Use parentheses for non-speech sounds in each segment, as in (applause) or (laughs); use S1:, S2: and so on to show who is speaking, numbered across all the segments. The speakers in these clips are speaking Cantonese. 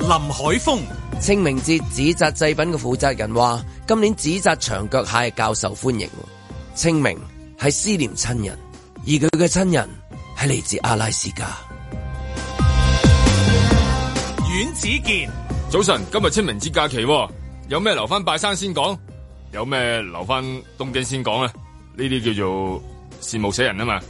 S1: 林海峰。
S2: 清明節紙紮製品嘅負責人話：今年紙紮長腳蟹係較受歡迎。清明係思念親人，而佢嘅親人係嚟自阿拉斯加。
S1: 阮子健，
S3: 早晨，今日清明節假期喎，有咩留翻拜山先講，有咩留翻東京先講啊？呢啲叫做羨慕死人啊嘛！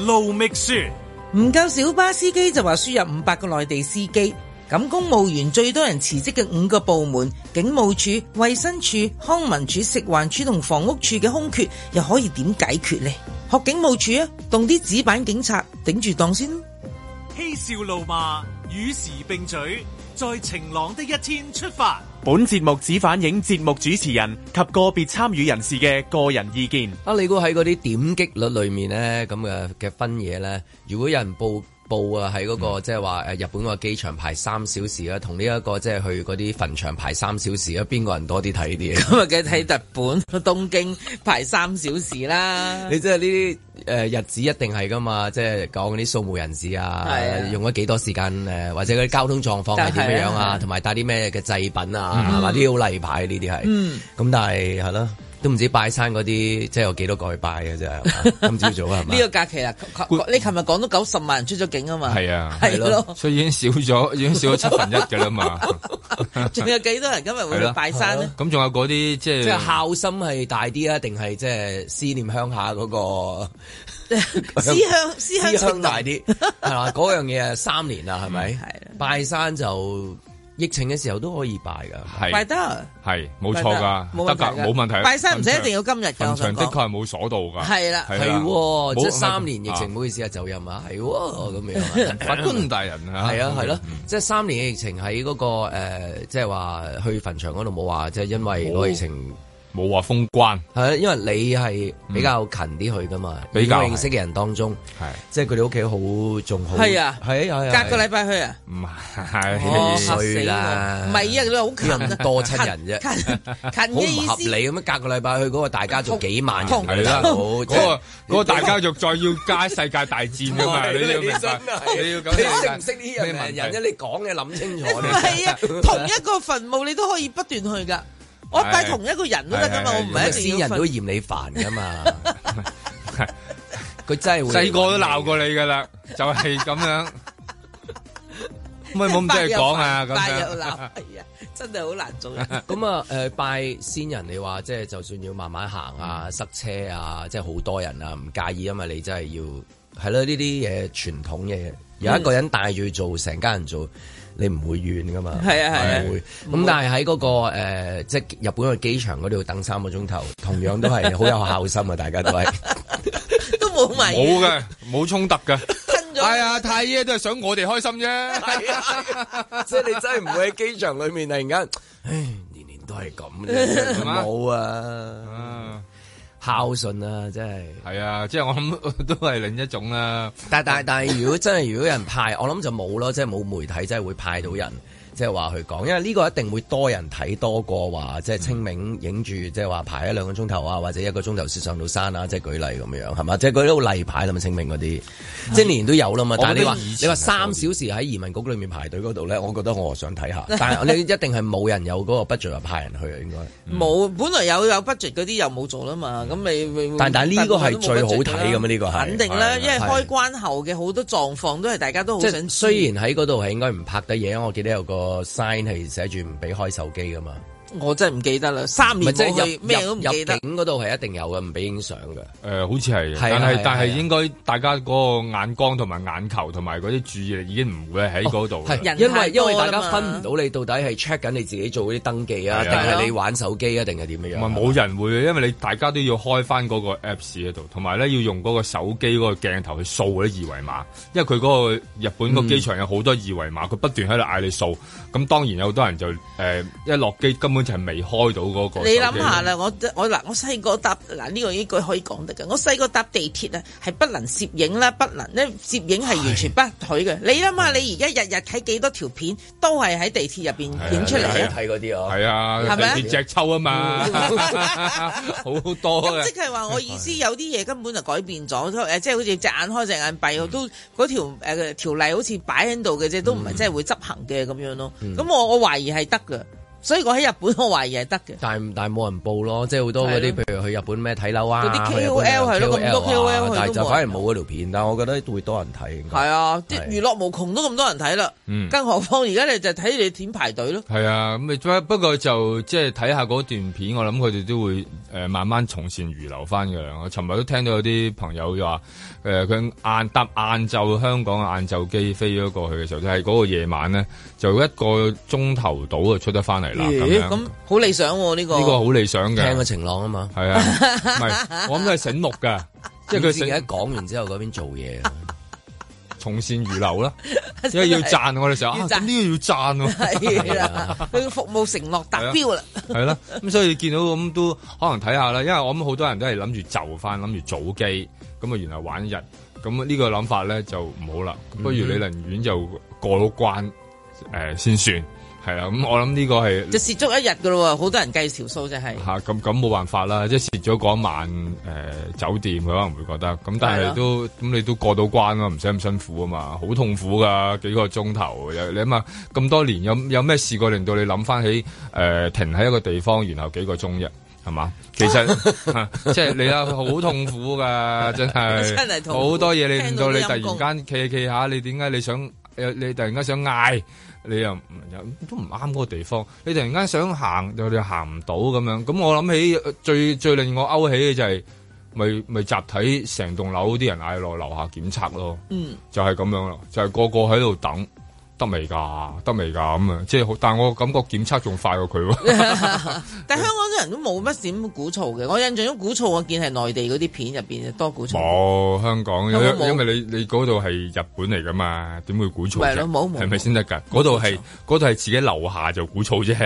S1: 盧覓雪，
S4: 唔夠小巴司機就話輸入五百個內地司機，咁公務員最多人辭職嘅五個部門，警務處、衛生署、康文署、食環署同房屋處嘅空缺，又可以點解決呢？學警務處啊，動啲紙板警察頂住檔
S3: (laughs)
S4: 先啦。
S1: 嬉笑怒罵，與時並舉，在晴朗的一天出發。
S5: 本節目只反映節目主持人及個別參與人士嘅個人意見。
S2: 啊，你估喺嗰啲點擊率裏面咧，咁嘅嘅分野咧，如果有人報報啊，喺嗰個即係話誒日本個機場排三小時啦，同呢一個即係去嗰啲墳場排三小時啦，邊個人多啲睇啲嘢？
S4: 今日嘅睇日本東京排三小時啦，
S2: 你即係呢啲呃誒日子一定係噶嘛，即係講嗰啲掃墓人士啊
S4: 係啊，
S2: 用咗幾多時間誒，或者嗰啲交通狀況係點樣樣
S4: 係啊係嗯
S2: 啊，
S4: 啊
S2: 同埋帶啲咩嘅製品啊，係嘛？呢啲好例牌呢啲係，
S4: 嗯
S2: 咁但係係咯，都唔知拜山嗰啲即係有幾多個去拜嘅啫，
S4: (laughs)
S2: 係嘛今朝早啊係嘛
S4: 呢？個假期啦，你琴日講到九十萬人出咗境啊嘛，
S3: 係啊
S4: 係咯，
S3: 所以已經少咗， (laughs) 已經少咗七分一㗎啦嘛。
S4: (laughs) 仲有幾多人今日會
S3: 係
S4: 去
S3: 咯
S4: 拜山呢？
S3: 咁仲有嗰啲即
S2: 即
S3: 係
S2: 係孝心係大啲啊，定係即係思念鄉下嗰個 (laughs)
S4: (laughs) 思鄉思鄉情
S2: 大
S4: 濃
S2: 啲係嘛？嗰樣嘢啊，三年啦，係咪？
S4: 係啊
S2: 拜山就疫情嘅時候都可以拜㗎，
S4: 拜
S3: 係
S4: 得，
S3: 係冇錯㗎，
S4: 冇
S3: 得
S4: 問題
S3: 㗎冇問題啊。
S4: 拜山唔使
S3: 墳
S4: 一定要今日㗎，
S3: 場墳場
S4: 我想
S3: 的
S4: 講
S3: 確係冇鎖到㗎。
S4: 係啦
S3: 係啦
S2: 係喎，即係
S3: 啊冇
S2: 三年疫情，
S3: 啊
S2: 唔好意思啊，就任啊，係喎咁樣
S3: (laughs)
S2: 啊。
S3: 法官大人啊，
S2: 係啊，係咯
S3: 嗯，
S2: 即係三年嘅疫情喺嗰個誒，即係話去墳場嗰度冇話，即係因為個疫情
S3: 冇話封關，
S2: 係啊，因為你係比較近啲去噶嘛，
S3: 嗯比較
S2: 以我認識嘅人當中，
S3: 係
S2: 即係佢哋屋企好仲好，
S4: 係啊
S2: 係啊係啊，
S4: 隔個禮拜去啊。
S3: 唔係？
S4: 哦，
S2: 幾
S4: 嚇死
S2: 歲啦
S4: 我唔係啊，你話好近啊，
S2: 多親人啫
S4: (laughs)
S2: (laughs)
S4: 近近
S2: 好
S4: 嘅
S2: 唔
S4: 意
S2: 合
S4: 思
S2: 理咁樣，啊隔個禮拜去嗰個大家族幾萬人
S4: 同
S2: 㗎
S3: 係
S2: 大
S3: 啦，
S2: 佬
S3: 嗰
S2: 即係
S3: 個嗰個大家族再要加世界大戰噶
S2: (laughs)
S3: 嘛，你要明白，你要咁理解
S2: 啊你識唔識呢樣
S3: 咩問
S2: 人？
S3: 題
S2: 人啫，你講嘅諗清楚
S4: (laughs) 唔
S2: 你
S4: 係啊，同一個墳墓你都可以不斷去噶。我拜同一個人都得噶嘛，
S3: 係
S4: 我唔
S2: 咁啊
S4: 係一
S2: 先
S4: 定要
S2: 人
S4: 墳
S2: 都嫌你煩噶嘛，佢真係會
S3: 細個都鬧過你噶啦，就係
S2: (laughs)
S3: 咁樣。咪冇咁多嘢講啊，咁
S4: 拜又
S3: 樣
S4: 鬧，係啊，真係好難做人。
S2: 咁啊，誒、拜先人，你話即係就算要慢慢行啊，塞車啊，即係好多人啊，唔介意，因為你真係要係咯呢啲嘢傳統嘅，有一個人帶住做，成家人做，你唔會怨噶嘛。
S4: 係啊係啊
S2: 唔會。咁但係喺嗰個、誒即係日本嘅機場嗰度等三個鐘頭，同樣都係好有孝心啊！大家都係。
S4: 都冇埋
S3: 冇嘅，冇衝突
S2: (laughs)
S3: 嘅。
S4: 吞咗。
S3: 哎呀，太爺都係想我哋開心啫。
S2: (laughs) 即係你真係唔會喺機場裏面突然間，唉，年年都係咁啫，
S3: (laughs) 係嘛
S2: 冇啊，
S3: 啊
S2: 孝順啊，真係。
S3: 係啊，即係我諗 (laughs) 都係另一種啦。
S2: 但但但係，如果真係如果有人派，我諗就冇咯，即係冇媒體真係會派到人，即係話去講，因為呢個一定會多人睇多過話，即係清明影住，即係話排一兩個鐘頭啊，或者一個鐘頭先上到山啊，即係舉例咁樣，係嘛？即係嗰啲好例牌啦嘛，清明嗰啲，即係年年都有啦嘛。
S3: 嗯我覺
S2: 但
S3: 得
S2: 係你話
S3: 以前
S2: 你話
S3: 係
S2: 三
S3: 多啲
S2: 小時喺移民局裏面排隊嗰度咧，我覺得我想睇下，
S3: (laughs)
S2: 但係你一定係冇人有嗰個 budget 話派人去啊，應該。
S4: 冇，本來有有 budget 嗰啲又冇做啦嘛，咁你咪
S2: 嗯但但呢個係最好睇㗎
S4: 咁
S2: 嘛呢個係
S4: 肯定啦，
S3: 係
S4: 因為
S2: 係
S4: 開關後嘅好多狀況都係大家都好
S2: 即
S4: 想
S2: 係
S4: 知。
S2: 雖然喺嗰度係應該唔拍得嘢，我記得有個 sign 係寫住唔俾開手機噶嘛。
S4: 我真係唔記得啦，三
S2: 唔係
S4: 年
S2: 即係
S4: 冇
S2: 入
S4: 去咩都唔記得
S2: 入。境嗰度係一定有嘅，唔俾影相嘅。
S3: 誒，好似係，
S2: 係啊
S3: 但
S2: 係啊
S3: 係但
S2: 係
S3: 係
S2: 啊
S3: 應該大家嗰個眼光同埋眼球同埋嗰啲注意力已經唔會喺嗰度㗎啦。
S2: 哦係
S4: 嗯人
S2: 因為
S4: 太
S2: 因
S4: 多
S2: 為
S4: 啦
S2: 大
S4: 嘛
S2: 家分唔到你到底係 check 緊你自己做嗰啲登記啊，
S3: 係
S2: 定
S3: 啊
S2: 係你玩手機啊，定係點樣
S3: 唔係
S2: 樣？
S3: 冇人會嘅，因為你大家都要開翻嗰個 Apps 喺度，同埋咧要用嗰個手機嗰個鏡頭去掃嗰啲二維碼，因為佢嗰個日本個機場有好多二維碼，佢不斷喺度嗌你掃，咁當然有好多人就誒、一落機根本本就係未開到嗰個手機。
S4: 你諗下啦，我我嗱，我細個搭嗱呢個呢句可以講得嘅。我細個搭地鐵啊，係不能攝影啦，不能咧攝影係完全不許嘅。你諗下，你而家日日睇幾多條片，都係喺地鐵入邊影出嚟
S3: 係
S4: 嘅
S3: 啊。
S2: 睇嗰啲啊，
S3: 係啊，
S4: 係咪啊
S3: 地鐵隻抽啊
S4: (laughs)
S3: 嘛， (laughs) 好多
S4: 咁
S3: 嘅
S4: 即。係話我意思有啲嘢根本就改變咗，誒即係好似隻眼開隻眼
S3: 嗯
S4: 閉，都嗰條誒條例好似擺喺度嘅啫，都唔係
S3: 嗯
S4: 真係會執行嘅咁樣咯。咁我我懷疑係得嘅，所以我喺日本我懷疑係得嘅。
S2: 但係但係冇人報咯，即係好多嗰啲，
S4: 係咯
S2: 譬如去日本咩睇樓啊，
S4: 嗰啲
S2: 去日本
S4: KOL 係咯咁多 KOL
S2: 啊
S4: 去都
S2: 但係就
S4: 冇人
S2: 反而冇嗰條片，但係我覺得會多人睇。應該
S4: 係啊，啲
S2: 係
S4: 娛樂無窮都咁多人睇啦，
S3: 嗯
S4: 更何況而家你就睇你點排隊咯。
S3: 係啊，咁咪不過就即係睇下嗰段片，我諗佢哋都會誒、呃慢慢從善如流翻嘅啦。我尋日都聽到有啲朋友就話誒，佢、晏搭晏晝香港嘅晏晝機飛咗過去嘅時候，就係、嗰個夜晚咧，就一個鐘頭到就出得翻嚟啦。咁
S4: 咦
S3: 樣
S4: 咁哦好理想喎呢個
S3: 呢個好理想
S2: 聽個
S3: 嘅，
S2: 晴朗啊嘛，
S3: 係
S4: (laughs)
S3: 啊，唔係我諗佢係醒目㗎，
S2: 即
S3: 即
S2: 係佢
S3: 係佢
S2: 自己
S3: 醒
S2: 一講完之後嗰邊做嘢，啊
S3: 從善如流啦，因為要讚我哋時候，啊
S4: 要讚
S3: 咁呢個要讚喎。(laughs)
S4: (laughs) 係啦，佢嘅服務承諾達標啦，
S3: 係啊啦，咁所以見到咁都可能睇下啦，因為我諗好多人都係諗住就翻，諗住早機，咁啊然後玩日，咁啊呢個諗法咧就唔好啦，不如你寧願就過到關誒、呃先算，係啦，咁我諗呢個係
S4: 就蝕足一日噶咯喎，好多人計條數就係。
S3: 嚇咁咁冇辦法啦，即係蝕咗嗰一晚誒、呃酒店，佢可能會覺得咁，但
S4: 係啊
S3: 係都咁你都過到關啦，唔使咁辛苦啊嘛，好痛苦噶幾個鐘頭，有你諗下咁多年有有咩試過令到你諗翻起誒、呃停喺一個地方，然後幾個鐘啫。係嘛？其
S4: (laughs)
S3: 實、啊即係你啊，好痛苦噶，真係，
S4: (laughs) 真係痛苦
S3: 好多嘢你唔
S4: 聽到
S3: 到
S4: 都
S3: 你
S4: 陰
S3: 突
S4: 公
S3: 然間企企下，你點解你想有你突然間想嗌？你又唔又都唔啱嗰個地方，你突然間想行又你行唔到咁樣，咁我諗起呃最最令我勾起嘅就係、咪咪集體成棟樓啲人嗌落樓下檢測咯，
S4: 嗯，
S3: 就係、咁樣咯，就係、個個喺度等。得未㗎？得未㗎？咁啊，即係好，但係我感覺檢測仲快過佢
S4: (laughs)
S3: 喎。
S4: 但香港啲人都冇乜點鼓噪嘅，我印象中鼓噪我見係內地嗰啲片入邊多鼓噪。
S3: 冇香港，因
S4: 香啊港冇
S3: 因為你你嗰度係日本嚟㗎嘛，點會鼓噪
S4: 咪係
S3: 啫？
S4: 咯冇冇
S3: 係咪先得㗎？嗰度係嗰度係自己樓下就鼓噪
S4: (laughs)
S3: 啫。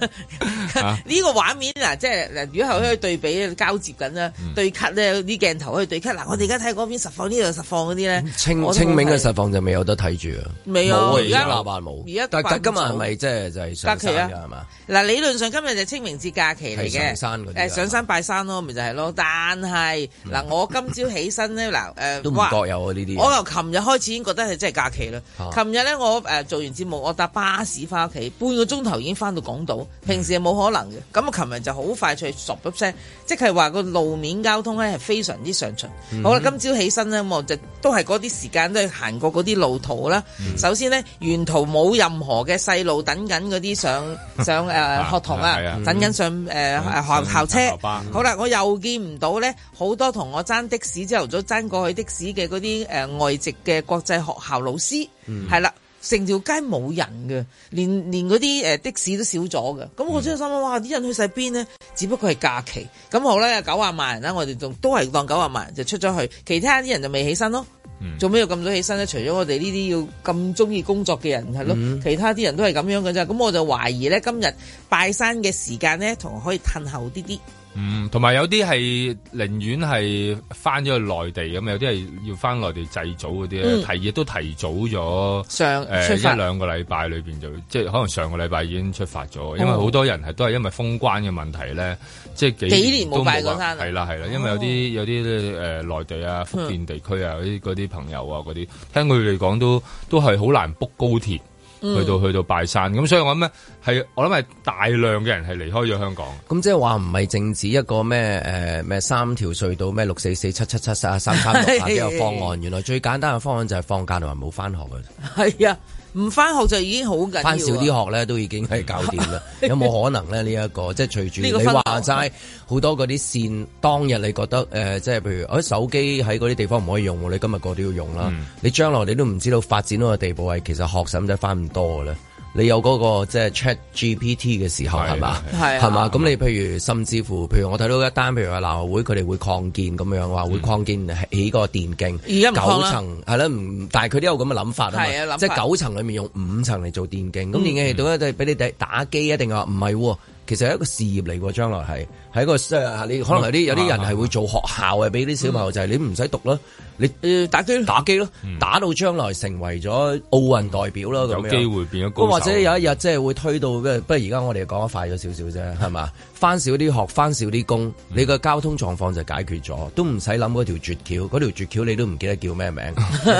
S4: 呢個畫面嗱，即係嗱，如果係可以對比呃交接緊啦，
S2: 嗯
S4: 對咳咧啲鏡頭可以對咳。嗱，我哋而家睇嗰邊實況，呢度實況嗰啲咧，
S2: 嗯清
S4: 我都
S2: 清明嘅
S4: 係
S2: 實況就未有得睇住啊，
S4: 未啊
S2: 冇啊
S4: 而家
S2: 而家立辦冇，
S4: 而家
S2: 但
S4: 辦唔
S2: 但今日係
S4: 到
S2: 咪即係就係上
S4: 假期啊
S2: 山㗎係嘛？
S4: 嗱，理論上今日就清明節假期嚟嘅，
S2: 係上山嗰啲啊嗯
S4: 誒上山拜山咯，咪就係咯。但係嗱，我今朝起身咧，嗱
S2: 都
S4: 誒，
S2: 唔
S4: 哇
S2: 覺有啊呢啲嘢。
S4: 我由琴日開始已經覺得係真係假期啦
S2: 啊。
S4: 琴日咧，我誒做完節目，我搭巴士翻屋企，半個鐘頭已經翻到港島，平時係冇可能嘅。咁我琴日就好快脆嗦一聲，即係話個路面交通咧係非常之上巡。好啦，今朝起身咧，我就都係嗰啲時間都係行過嗰啲路途啦。首先咧，沿途冇任何嘅細路等緊嗰啲上上誒學堂啊
S3: 係啊，
S4: 等緊上呃誒誒
S3: 上
S4: 學校車
S3: 校巴。
S4: 好啦，我又見唔到咧，好多同我爭的士朝頭早爭過去的士嘅嗰啲誒外籍嘅國際學校老師，
S3: 嗯
S4: 係啦、成條街冇人嘅，連連嗰啲呃誒的士都少咗嘅。
S3: 嗯
S4: 咁我真係心諗，哇！啲人去晒邊呢？只不過係假期。咁好啦，有九啊萬人啦，我哋仲都係當九啊萬人就出咗去，其他啲人就未起身咯。
S3: 嗯
S4: 做咩要咁早起身咧？除咗我哋呢啲要咁中意工作嘅人係咯，其他啲人都係咁樣嘅啫。咁我就懷疑咧，今日拜山嘅時間咧，同可以褪後啲啲。
S3: 嗯，同埋有啲係寧願係翻咗去內地咁，有啲係要翻內地祭祖嗰啲咧，
S4: 嗯
S3: 提亦都提早咗。
S4: 上
S3: 誒、
S4: 出發
S3: 呃一兩個禮拜裏邊就即係可能上個禮拜已經出發咗，因為好多人係都係因為封關嘅問題咧，即係幾
S4: 幾年冇
S3: 都話
S4: 拜過山啦
S3: 係啦係啦，因為有啲有啲誒內地啊、福建地區啊嗰啲嗰啲朋友啊嗰啲，聽佢哋講都都係好難 book 高鐵。去到去到拜山，咁所以我諗咧係我諗係大量嘅人係離開咗香港，
S2: 咁即係話唔係淨止一個咩誒咩三條隧道咩六四四七七七三三
S4: (laughs)
S2: 三
S4: 哎
S2: 六八呢個方案，原來最簡單嘅方案就係放假同埋冇翻學嘅，
S4: 係啊，唔翻學就已經好緊要啊。
S2: 翻少啲學咧都已經係搞掂
S4: (laughs)
S2: 啦。有冇可能咧呢一個即係隨住
S4: 呢個
S2: 你
S4: 分流
S2: 話齋好多嗰啲線，當日你覺得誒、呃即係譬如我手機喺嗰啲地方唔可以用喎，你今日個都要用啦。你將來你都唔知道發展到嘅地步係其實學生仔翻唔多嘅咧。你有嗰、個即係 Chat GPT 嘅時候
S3: 係
S2: 係嘛？
S4: 係啊
S2: 係嘛？咁你譬如甚至乎，譬如我睇到一單，譬如話南華會佢哋會擴建咁樣話，會擴建起個電競，
S4: 而家唔擴
S2: 九
S4: 啦
S2: 層係啦，唔但係佢都有咁嘅諗法啊
S4: 係啊
S2: 嘛，
S4: 諗法
S2: 即係九層裡面用五層嚟做電
S3: 嗯
S2: 競，咁電競系統咧就係俾你哋打機啊一定話唔係喎。其實係一個事業嚟喎，將來係係一個即係啊你可能有
S3: 嗯
S2: 啲有啲
S3: 啊
S2: 人係會做學校嘅，俾啲小朋友就係你唔使讀啦，你誒打機打機咯，打到將來成為咗奧運代表啦，咁
S3: 嗯有
S2: 樣
S3: 機會變咗高
S2: 咁
S3: 手
S2: 或者有一日即係會推到，不如不如而家我哋講得快咗少少啫，係嘛？翻少啲學，翻少啲工，你個交通狀況就解決咗，都唔使諗嗰條絕橋，嗰條絕橋你都唔記得叫咩名，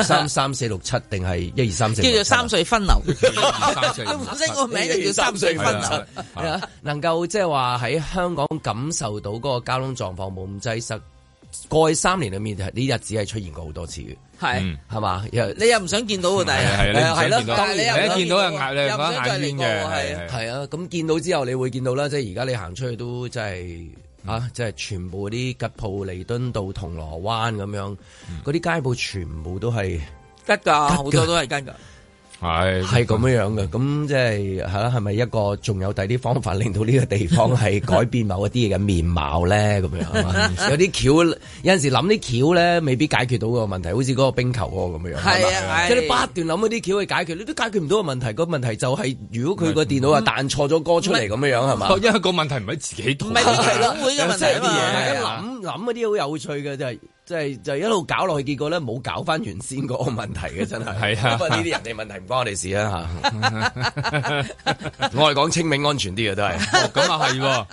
S2: 三三四六七定係一二三四，啊
S4: 叫做三水分流，
S3: 二三四
S4: (laughs) 佢本身個名就叫三水分
S3: 係
S4: 流
S3: 啊。
S2: 係啊，能夠即係話喺香港感受到嗰個交通狀況冇咁擠塞。過去三年裏面，呢日子係出現過好多次嘅，
S4: 係
S3: 嗯
S2: 係嘛？因為
S4: 你又唔想見到喎，但係
S3: 係啊係啊你唔想見到
S4: 但係
S3: 你一
S4: 你
S3: 見
S4: 又
S3: 到
S4: 唔
S3: 就
S4: 想
S3: 眼你係
S4: 又唔想再
S3: 反眼
S4: 嚟
S3: 冤
S4: 過喎係
S3: 嘅
S4: 啊
S3: 係。
S2: 係啊，咁見到之後，你會見到啦，即係而家你行出去都真係啊，即係全部嗰啲吉鋪、彌敦道、銅鑼灣咁樣，嗰啲街鋪全部都係
S4: 吉㗎，好多都
S3: (laughs)
S4: 係吉㗎。
S3: 係
S2: 係咁樣樣嘅。咁即係啊係啦，係咪一個仲有第啲方法令到呢個地方係改變某一啲嘢嘅面貌咧？咁樣係嘛有啲橋，有陣時諗啲橋咧，未必解決到個問題，好似嗰個冰球嗰個咁樣。係
S4: 係
S2: 嘛
S4: 啊，
S2: 即係你
S4: 係
S2: 不斷諗嗰啲橋去解決，你都解決唔到個問題。個問題就係如果佢個電腦啊彈錯咗歌出嚟咁樣樣係嘛？
S3: 因為個問題唔係自己度，
S4: 唔係係咯，會嘅問題
S2: 即係
S4: 啊
S2: 啲嘢，大
S4: 嘛。
S2: 家諗諗嗰啲好有趣嘅，就係即係就一路搞落去，結果咧冇搞翻原先嗰個問題嘅，真係。
S3: 係啊
S2: 不過呢啲人哋問題唔關我哋事啦
S3: (laughs)
S2: 嚇。我哋講清明安全啲嘅都係。
S3: 哦咁啊係喎，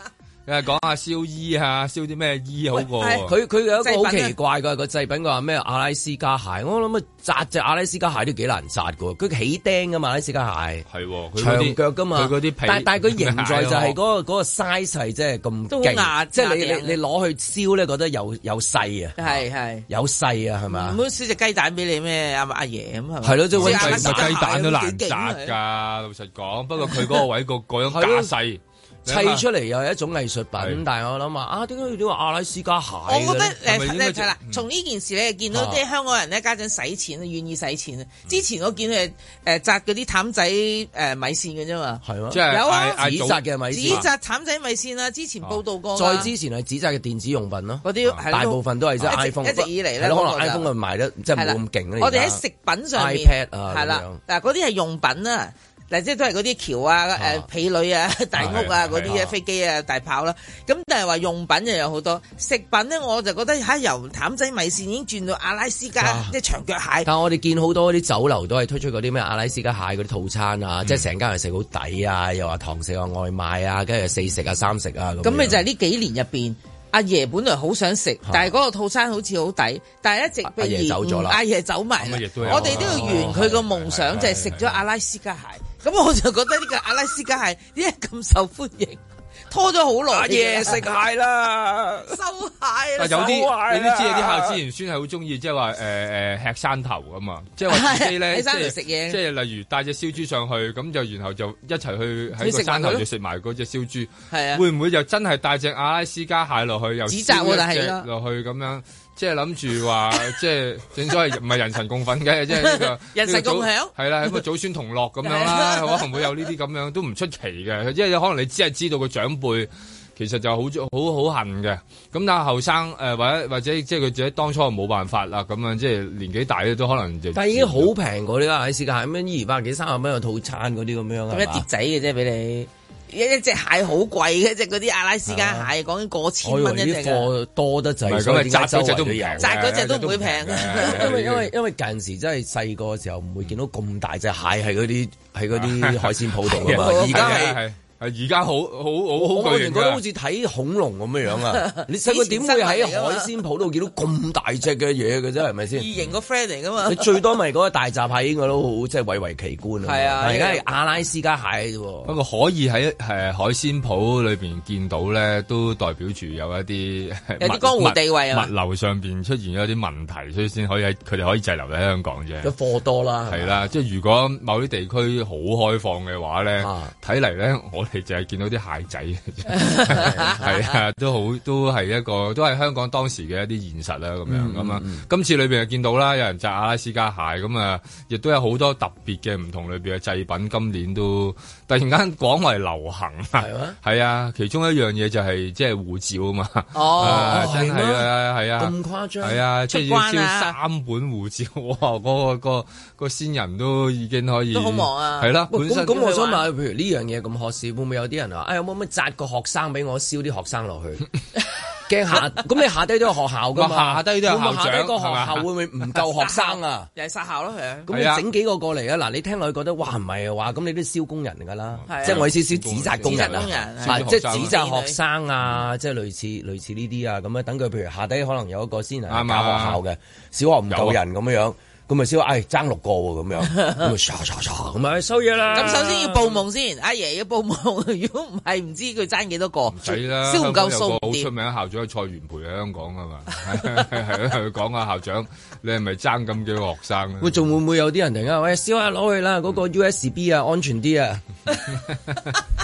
S3: 你係講下燒衣啊，燒啲咩衣好過喎？
S2: 佢佢有一個好奇怪嘅個製品，佢話咩阿拉斯加蟹，我諗啊紮只阿拉斯加蟹都幾難紮嘅喎，佢起釘噶嘛阿拉斯加蟹。
S3: 係喎，佢嗰
S2: 長
S3: 啲
S2: 腳噶嘛，
S3: 佢嗰啲皮，
S2: 但但係佢形在就係嗰、個嗰、個 size 係即係咁
S4: 都
S2: 勁
S4: 壓
S2: 即係你
S4: 壓
S2: 你你攞去燒咧，覺得有有細啊，
S4: 係係。
S2: 有細啊，係
S4: 唔
S2: 嘛？
S4: 好燒只雞蛋俾你咩阿阿爺咁係咪
S2: 係咯即係
S3: 喂
S2: 搵
S3: 其
S2: 雞
S3: 實雞蛋都難
S4: 紮
S3: 紮㗎，啊老實講。不過佢嗰個位個嗰種架勢
S2: 砌出嚟又係一種藝術品
S3: 係，
S2: 但係我諗話啊，點解要點話阿拉斯加蟹嘅呢？
S4: 我覺
S3: 係
S4: 得
S3: 嗯
S4: 誒
S3: 咪應該
S4: 咧
S3: 就
S4: 係啦，從呢件事咧見到
S2: 啊
S4: 啲香港人咧家陣使錢啊，願意使錢啊。之前我見佢誒紮嗰啲淡仔誒米線嘅啫嘛，
S2: 係咯，
S3: 即係
S4: 有啊
S3: 嗌嗌
S2: 紙
S3: 早
S2: 紮嘅米
S4: 紙
S2: 線，
S4: 紮淡仔米線啊，之前報道過㗎。
S2: 再之前係紙紮嘅電子用品咯，
S4: 嗰啲係咯
S2: 大部分都係即係
S4: 一直
S2: iPhone，
S4: 一直以嚟咧
S2: 係咯
S4: 嗰
S2: 可能
S4: 個就
S2: iPhone 佢賣得即係冇咁勁啦啊
S4: 我哋
S2: 而家
S4: 喺食品上面
S2: iPad 啊
S4: 係
S2: 咁樣
S4: 啦，嗱嗰啲係用品啊，嗱即係都係嗰啲橋啊、誒婢女啊、大屋啊
S3: 係
S4: 嗰啲
S3: 係
S4: 啊、飛機啊、大炮啦。咁但係話用品就有好多，食品咧我就覺得嚇由淡仔米線已經轉到阿拉斯加
S2: 哇
S4: 即係長腳蟹。
S2: 但我哋見好多啲酒樓都係推出嗰啲咩阿拉斯加蟹嗰啲套餐
S4: 嗯
S2: 啊，即係成家人食好抵啊，又話堂食啊、外賣啊，跟住四食啊、三食啊咁樣。
S4: 咁咪就係呢幾年入邊，阿爺本來好想食，但係嗰個套餐好似好抵，但係一直
S2: 阿爺
S4: 被延
S2: 走咗啦
S4: 阿爺走埋
S3: 咁
S4: 啦
S3: 啊亦都有
S4: 我哋都要圓佢個夢
S3: 哦
S4: 想，就係食咗阿拉斯加蟹。咁我就覺得呢個阿拉斯加蟹點解咁受歡迎， (laughs) 拖咗好耐。
S2: 阿爺食蟹啦，
S4: (laughs) 收蟹啦，
S3: 但有啲
S4: 收蟹
S3: 你都知有啲
S4: 啦
S3: 孝子賢孫係好中意，即係話誒誒吃山頭啊嘛，即係話自己咧，
S4: 喺
S3: 即
S4: 山頭
S3: 係
S4: 食嘢
S3: 即係例如帶只燒豬上去，咁就然後就一齊去
S4: 你
S3: 喺個
S4: 食埋
S3: 山
S4: 佢
S3: 頭
S4: 咯
S3: 就食埋嗰只燒豬。
S4: 係啊，
S3: 會唔會就真係帶只阿拉斯加蟹落去，又
S4: 指責喎
S3: 燒一
S4: 但係
S3: 隻
S4: 而家
S3: 落去咁樣，即係諗住話，即係正所謂唔係人神共憤嘅，即係呢個
S4: 人神共享
S3: 呢個祖係啦，咁啊祖孫同樂咁樣啦，
S4: 係啊
S3: 可能會有呢啲咁樣都唔出奇嘅，因為可能你只係知道個長輩。其實就好好好恨嘅，咁但係後生誒或者或者即係佢自己當初冇辦法啦，咁樣即係年紀大咧都可能就
S2: 但係已經好平嗰啲啦，喺市價係咩二百幾三十蚊嘅套餐嗰啲咁樣啊，
S4: 咁一碟仔嘅啫俾你，一一隻蟹好貴嘅，即係嗰啲阿拉斯加蟹講緊過千
S2: 我以為
S4: 蚊一
S2: 啲
S4: 隻啊㗎。
S2: 貨多得
S3: 唔
S2: 滯，
S3: 係
S2: 所以
S3: 咁啊，
S2: 點解
S3: 紮嗰
S2: 周
S3: 只
S2: 圍
S3: 都唔
S2: 都有。
S3: 平嘅，
S4: 紮嗰隻都唔會平
S3: (laughs) 嘅
S2: 因為因為因為近時真係細個嘅時候唔會見到咁大隻蟹喺嗰啲喺嗰啲海鮮鋪度啊
S3: (laughs)
S2: 嘛，而
S3: 而
S2: 家
S3: 家
S2: 係。
S3: 係係而家好好
S2: 我
S3: 好好
S2: 完
S3: 巨
S2: 全
S3: 型
S2: 覺得好
S3: 㗎。
S2: 似睇恐龍咁樣樣啊！你細個點會喺海鮮鋪度見到咁大隻嘅嘢嘅啫？係咪
S4: (laughs)
S2: 先
S4: 二？型個 friend 嚟㗎嘛
S2: 你。最多咪嗰個大閘蟹應該都好，即係蔚為奇觀啊！
S4: 係啊
S2: 但而家係阿拉斯加蟹啫喎
S3: 不。過可以喺誒海鮮鋪裏邊見到咧，都代表住有一啲
S4: 有啲江湖地位啊
S3: 物流上邊出現咗一啲問題，所以先可以喺佢哋可以滯留喺香港
S2: 個
S3: 啫。
S2: 貨多啦，係
S3: 係
S2: 咪
S3: 啦，即係如果某啲地區好開放嘅話咧
S2: 啊，
S3: 睇嚟咧，我哋淨係見到啲蟹仔，
S2: (laughs)
S3: 係啊，都好都係一個都係香港當時嘅一啲現實啦咁
S2: 嗯
S3: 樣咁啊。今次裏邊就見到啦，有人摘阿拉斯加蟹咁啊，亦都有好多特別嘅唔同裏邊嘅製品，今年都 (laughs) 突然間廣為流行啊
S2: 係咩。
S3: 係啊，其中一樣嘢就係即係護照啊嘛。
S4: 哦
S3: 啊
S2: 哦
S3: 真係
S2: 係咩
S3: 啊，係啊，
S2: 咁誇張
S3: 係啊，即係
S4: 出關啊
S3: 要燒三本護照， (laughs) 哇！嗰個個個先人都已經可以，
S4: 都好忙啊
S3: 係啦，
S2: 喂
S3: 本
S2: 咁
S3: 身
S2: 咁，我想問下，譬如呢樣嘢咁學士，會唔會有啲人話：哎，有冇乜扎個學生俾我燒啲學生落
S3: (laughs)
S2: 去？驚下，咁你下低都有學校噶嘛？
S3: 哇下低都有
S2: 會
S3: 校長
S2: 唔會下低個學
S3: 係
S2: 校
S3: 嘛
S2: 會唔會唔夠學生啊？
S4: 又係殺校咯，佢
S2: 咁
S3: 係啊
S2: 你整幾個過嚟啊！嗱，你聽落去覺得哇唔係啊，哇咁你都燒工人㗎啦
S4: 係啊，
S2: 即係我意思燒指責工人
S4: 指責工人
S2: 啊，
S4: 係
S2: 啊即係
S3: 指
S2: 指
S4: 責學生
S2: 責學生啊，即係類似類似呢啲啊，咁啊等佢譬如下低可能有一個先係
S3: 啱
S2: 搞
S3: 啊
S2: 學校嘅，小學唔夠人咁樣樣，咁咪啊燒，唉爭六個喎
S4: (laughs)
S2: 咁樣，咁咪刷刷刷咁咪收嘢啦。
S4: 咁首先要報夢先，阿爺要報夢，如 (laughs) 果唔係唔知佢爭幾多個，
S3: 唔使啦，
S4: 燒唔夠數
S3: 香港有個
S4: 唔
S3: 好出
S4: 掂。
S3: 名校長係蔡元培喺香港啊嘛， (laughs) 係啊，佢講啊校長，你係咪爭咁幾個學生啊
S2: 會
S3: 咧？
S2: 仲會唔會有啲人突然間喂燒下攞去啦，嗰、個 USB 啊安全
S4: (laughs)
S2: 啲啊，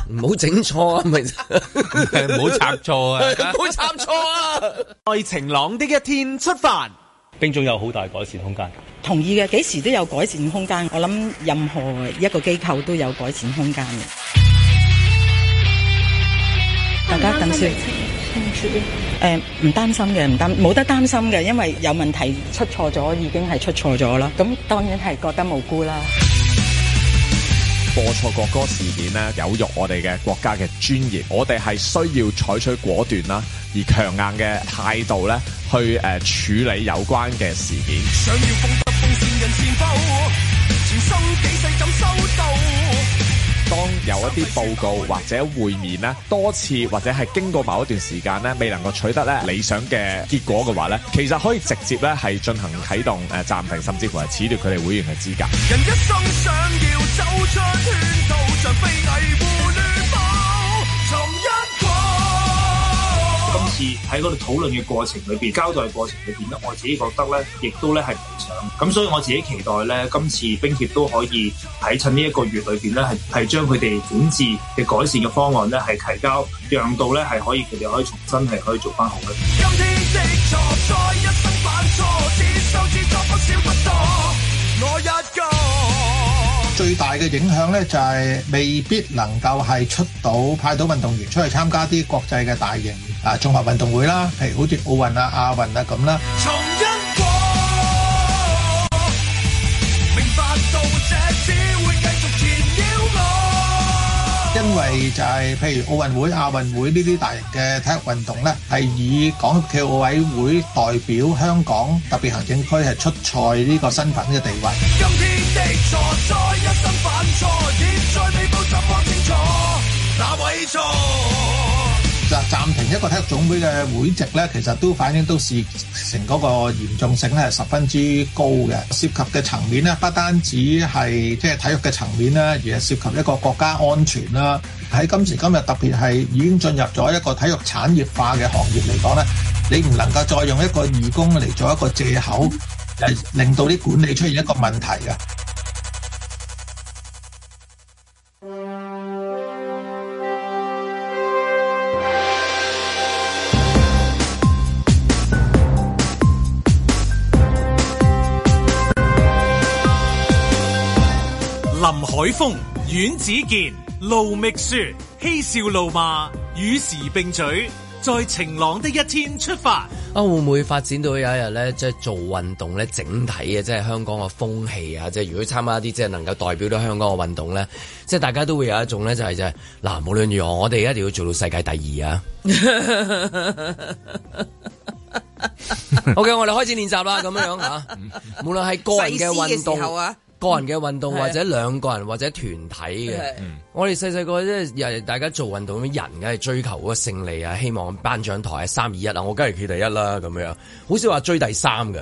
S2: 唔好整錯啊，咪
S3: (laughs) 唔好插錯啊！
S2: 唔好插錯啊！
S6: 在晴朗的一天出發。
S7: 兵種有好大改善空間。
S8: 同意嘅，幾時都有改善空間。我諗任何一個機構都有改善空間嘅。大家緊張，誒唔擔心嘅，唔擔冇得擔心嘅，因為有問題出錯咗已經係出錯咗啦。咁當然係覺得無辜啦。
S9: 播錯國歌事件呢，有辱我哋嘅國家嘅尊嚴，我哋係需要採取果斷啦，而強硬嘅態度咧，去誒、呃處理有關嘅事件。
S1: 想要風得風扇人前否？全心幾世怎收到？
S9: 當有一啲報告或者會面呢，多次或者係經過某一段時間呢，未能夠取得咧理想嘅結果嘅話呢，其實可以直接咧係進行啟動誒暫停，甚至乎係褫奪佢哋會員嘅資格。
S1: 人一生想要走出圈套，像飛蟻胡亂跑，尋一個。
S10: 今次喺嗰度討論嘅過程裏邊，交代嘅過程裏邊咧，我自己覺得咧，亦都咧係唔理想。咁所以我自己期待咧，今次冰協都可以喺趁呢一個月裏邊咧，係係將佢哋管治嘅改善嘅方案咧，係提交，讓到咧係可以佢哋可以重新係可以做翻好嘅。
S1: 今天的錯，再一生犯錯，自修自作不少不多，我一個。
S11: 最大嘅影響呢，就係未必能夠係出到派到運動員出去參加啲國際嘅大型啊綜合運動會啦，譬如好似奧運啊、亞運啊咁啦。
S1: 重因果，明白到這只會繼續纏繞我。
S11: 因為就係譬如奧運會、亞運會呢啲大型嘅體育運動呢，係以港協暨奧委會代表香港特別行政區係出賽呢個身份嘅地位。
S1: 今天的錯，再一生犯錯，現在未報怎麼清楚，哪位錯？
S11: 就暫停一個體育總會嘅會籍咧，其實都反映到事情嗰個嚴重性咧，係十分之高嘅。涉及嘅層面咧，不單止係即係體育嘅層面啦，而係涉及一個國家安全啦。喺今時今日，特別係已經進入咗一個體育產業化嘅行業嚟講咧，你唔能夠再用一個義工嚟做一個藉口，誒令到啲管理出現一個問題嘅。
S12: 林海峰、阮子健、盧覓雪，嬉笑怒罵，與時並舉，在晴朗的一天出發。
S2: 啊，會唔會發展到有一日咧，即係做運動咧，整體嘅即係香港嘅風氣啊，即係如果參加一啲即係能夠代表到香港嘅運動咧，即係大家都會有一種咧，就係就係嗱，無論如何，我哋一定要做到世界第
S4: (laughs)
S2: 二啊 (laughs) ！OK，我哋開始練習啦，咁樣樣嚇，無論係個人嘅運
S4: 細思嘅時候
S2: 動
S4: 啊。
S2: 個人嘅運動
S11: 嗯
S4: 係啊
S2: 或者兩個人或者團體嘅
S4: 係，
S2: 我哋細細個即係日日大家做運動咁人梗係追求嗰個勝利啊，希望頒獎台啊三二一啊，我梗係企第一啦咁樣，好少話追第三嘅。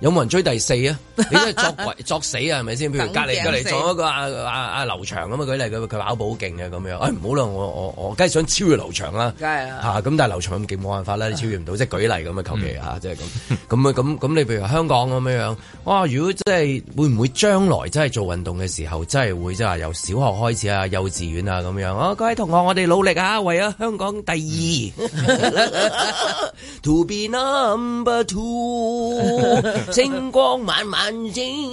S2: 有冇人追第四
S11: (laughs)
S2: 啊？你真係作鬼作死啊，係咪先？譬如
S11: 等
S2: 隔離
S11: 贏
S2: 隔離
S11: 死
S2: 撞一個阿阿阿劉翔咁啊，舉例佢佢跑步好勁嘅咁樣，哎唔好啦，我我我梗係想超越劉翔啦，
S11: 梗係啦
S2: 嚇咁，但係劉翔咁勁冇辦法啦，你超越唔到，即係舉例咁啊，求其嚇，即係咁咁啊咁咁，你譬如香港咁樣樣，哇！如果即係會唔會將來真係做運動嘅時候，真係會即係由小學開始啊，幼稚園啊咁樣啊，各位同學，我哋努力啊，為咗香港第二，to be number two，星光晚晚星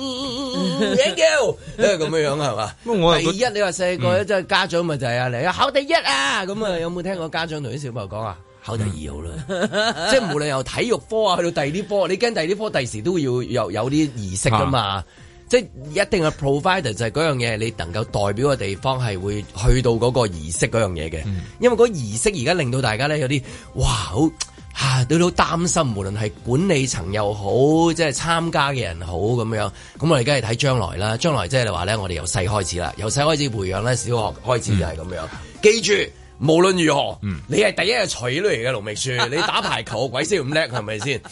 S2: ，thank you，都係咁樣樣係嘛？
S3: 我
S2: 第一你話細個即係家長咪就係啊嚟啊考第一啊咁啊，有冇聽過家長同啲小朋友講啊？考第二好啦，即係無論由體育科啊，去到第二啲科，你驚第二啲科第時都要有有啲儀式噶嘛。即係一定係 provider 就係嗰樣嘢，你能夠代表嘅地方係會去到嗰個儀式嗰樣嘢嘅，因為嗰儀式而家令到大家咧有啲哇好嚇都好擔心，無論係管理層又好，即係參加嘅人好咁樣。咁我哋梗係睇將來啦，將來即係話咧，我哋由細開始啦，由細開始培養咧，小學開始就係咁樣。記住，無論如何，
S3: 嗯
S2: 你係第一個取嚟嘅，盧覓
S3: (laughs)
S2: 雪，你打排球鬼先咁叻，係咪先？ (laughs)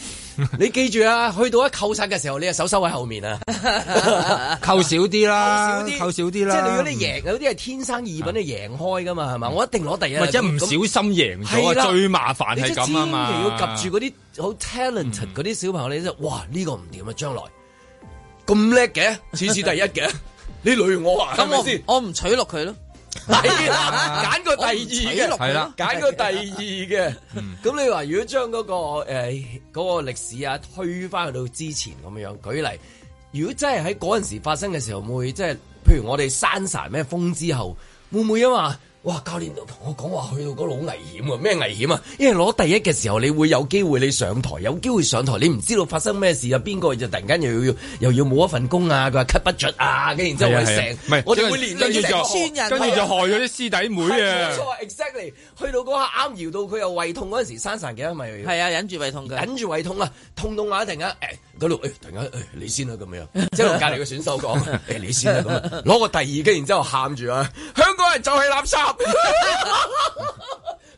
S2: 你記住啊，去到一扣殺嘅時候，你隻手收喺後面啊。
S3: (laughs) 扣 (laughs) 少啲啦，
S2: 扣少啲
S3: 啊扣少啲嗯啦。
S2: 即係如果你贏，有啲係天生異稟，你贏開噶嘛，係嘛？我一定攞第一。啊
S3: 唔嗯係一唔小心贏咗啊
S2: 係啦
S3: 最麻煩係咁啊嘛嗯
S2: 你真係千祈要及住嗰啲好 talented 嗰啲小朋友，你真係哇呢個唔掂啊！將來咁叻嘅，次次第一
S3: (laughs)
S2: 嘅，你累我啊？
S4: 咁
S2: 係咪
S4: 我
S2: 先
S4: 唔我唔取錄佢咯。
S2: (laughs) 係啦，揀個第二嘅，
S4: 係啦
S2: 揀個第二嘅。
S3: 嗯
S2: 咁你話如果將嗰個誒嗰個歷史啊推翻去到之前咁樣，舉例，如果真係喺嗰陣時發生嘅時候，會唔會即係譬如我哋山曬咩風之後，會唔會因話？哇！教練同我講話去到嗰度好危險喎，咩危險啊？因為攞第一嘅時候，你會有機會你上台，有機會上台，你唔知道發生咩事啊？邊個就突然間又要又要冇一份工啊？佢話咳不出啊，跟住然之後我哋
S3: 係啊係
S2: 成
S3: 啊唔係，
S2: 我哋
S3: 跟
S2: 會連
S3: 跟住
S2: 累成村
S3: 就
S2: 人啊
S3: 跟住就害咗啲師弟妹啊
S2: 冇！錯，exactly，去到嗰下啱搖到佢又胃痛嗰陣時，山神幾多咪？
S4: 係啊，忍住胃痛嘅。
S2: 忍住胃痛啊，痛到我一突然間誒嗰度誒突然間誒你先啦咁樣，即係同隔離嘅選手講誒你先啦咁樣，攞個第二嘅，然之後喊住啊，香港人就係垃圾，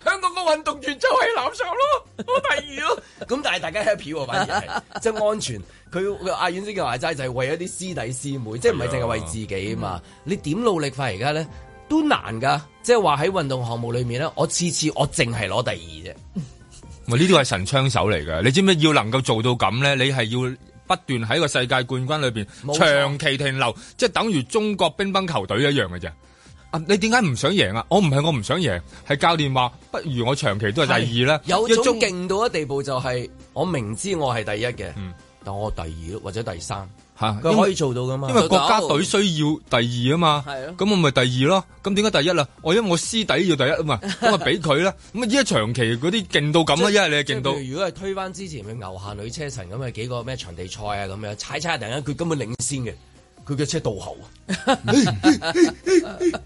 S2: 香港個運動員就係垃圾咯，我第二咯，咁但係大家 happy 喎，反而係即係安全。佢佢阿遠先嘅話齋就係為一啲師弟師妹，即係唔係淨係為自己啊嘛？你點努力法而家咧都難㗎，即係話喺運動項目裏面咧，我次次我淨係攞第二啫。
S3: 喂，呢啲係神槍手嚟嘅，你知唔知要能夠做到咁咧？你係要不斷喺個世界冠軍裏邊
S2: 冇錯
S3: 長期停留，即係等於中國乒乓球隊一樣嘅啫。啊！你點解唔想贏啊？我唔係我唔想贏，係教練話不如我長期都係第二啦。
S2: 有
S3: 一
S2: 種勁到嘅地步就係、我明知我係第一嘅，但我第二咯或者第三，
S3: 嚇
S2: 佢可以做到噶嘛？
S3: 因為國家隊需要第二啊嘛，
S2: 係咯
S3: 咁我咪第二咯。咁點解第一啦？我因為我師弟要第一
S2: (laughs)
S3: 啊嘛，咁咪俾佢啦。咁啊依家長期嗰啲勁到咁啊，因為你係勁到
S2: 即係譬如如果係推翻之前嘅牛下女車神咁嘅幾個咩場地賽啊咁樣，踩踩下突然間佢根本領先嘅，佢嘅車倒後啊！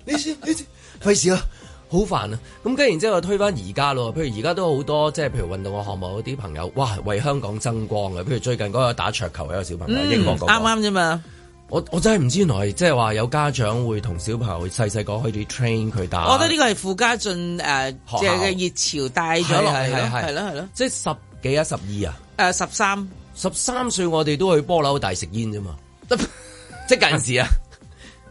S2: 你先你先，費事啦。好煩啊！咁跟住然之後推翻而家咯，譬如而家都好多即係譬如運動嘅項目嗰啲朋友，哇為香港爭光嘅，譬如最近嗰個打桌球有個小朋友，英國嗰個
S4: 啱啱啫嘛。
S2: 我我真係唔知原來即係話有家長會同小朋友細細個開始 train 佢打，
S4: 我覺得呢個係傅家俊誒
S2: 學校
S4: 即係嘅熱潮帶咗落嚟咯，係咯係咯。
S2: 即係十幾啊十二啊，
S4: 誒十三
S2: 十三歲我哋都去波樓大食煙啫嘛， (laughs) 即係近時啊。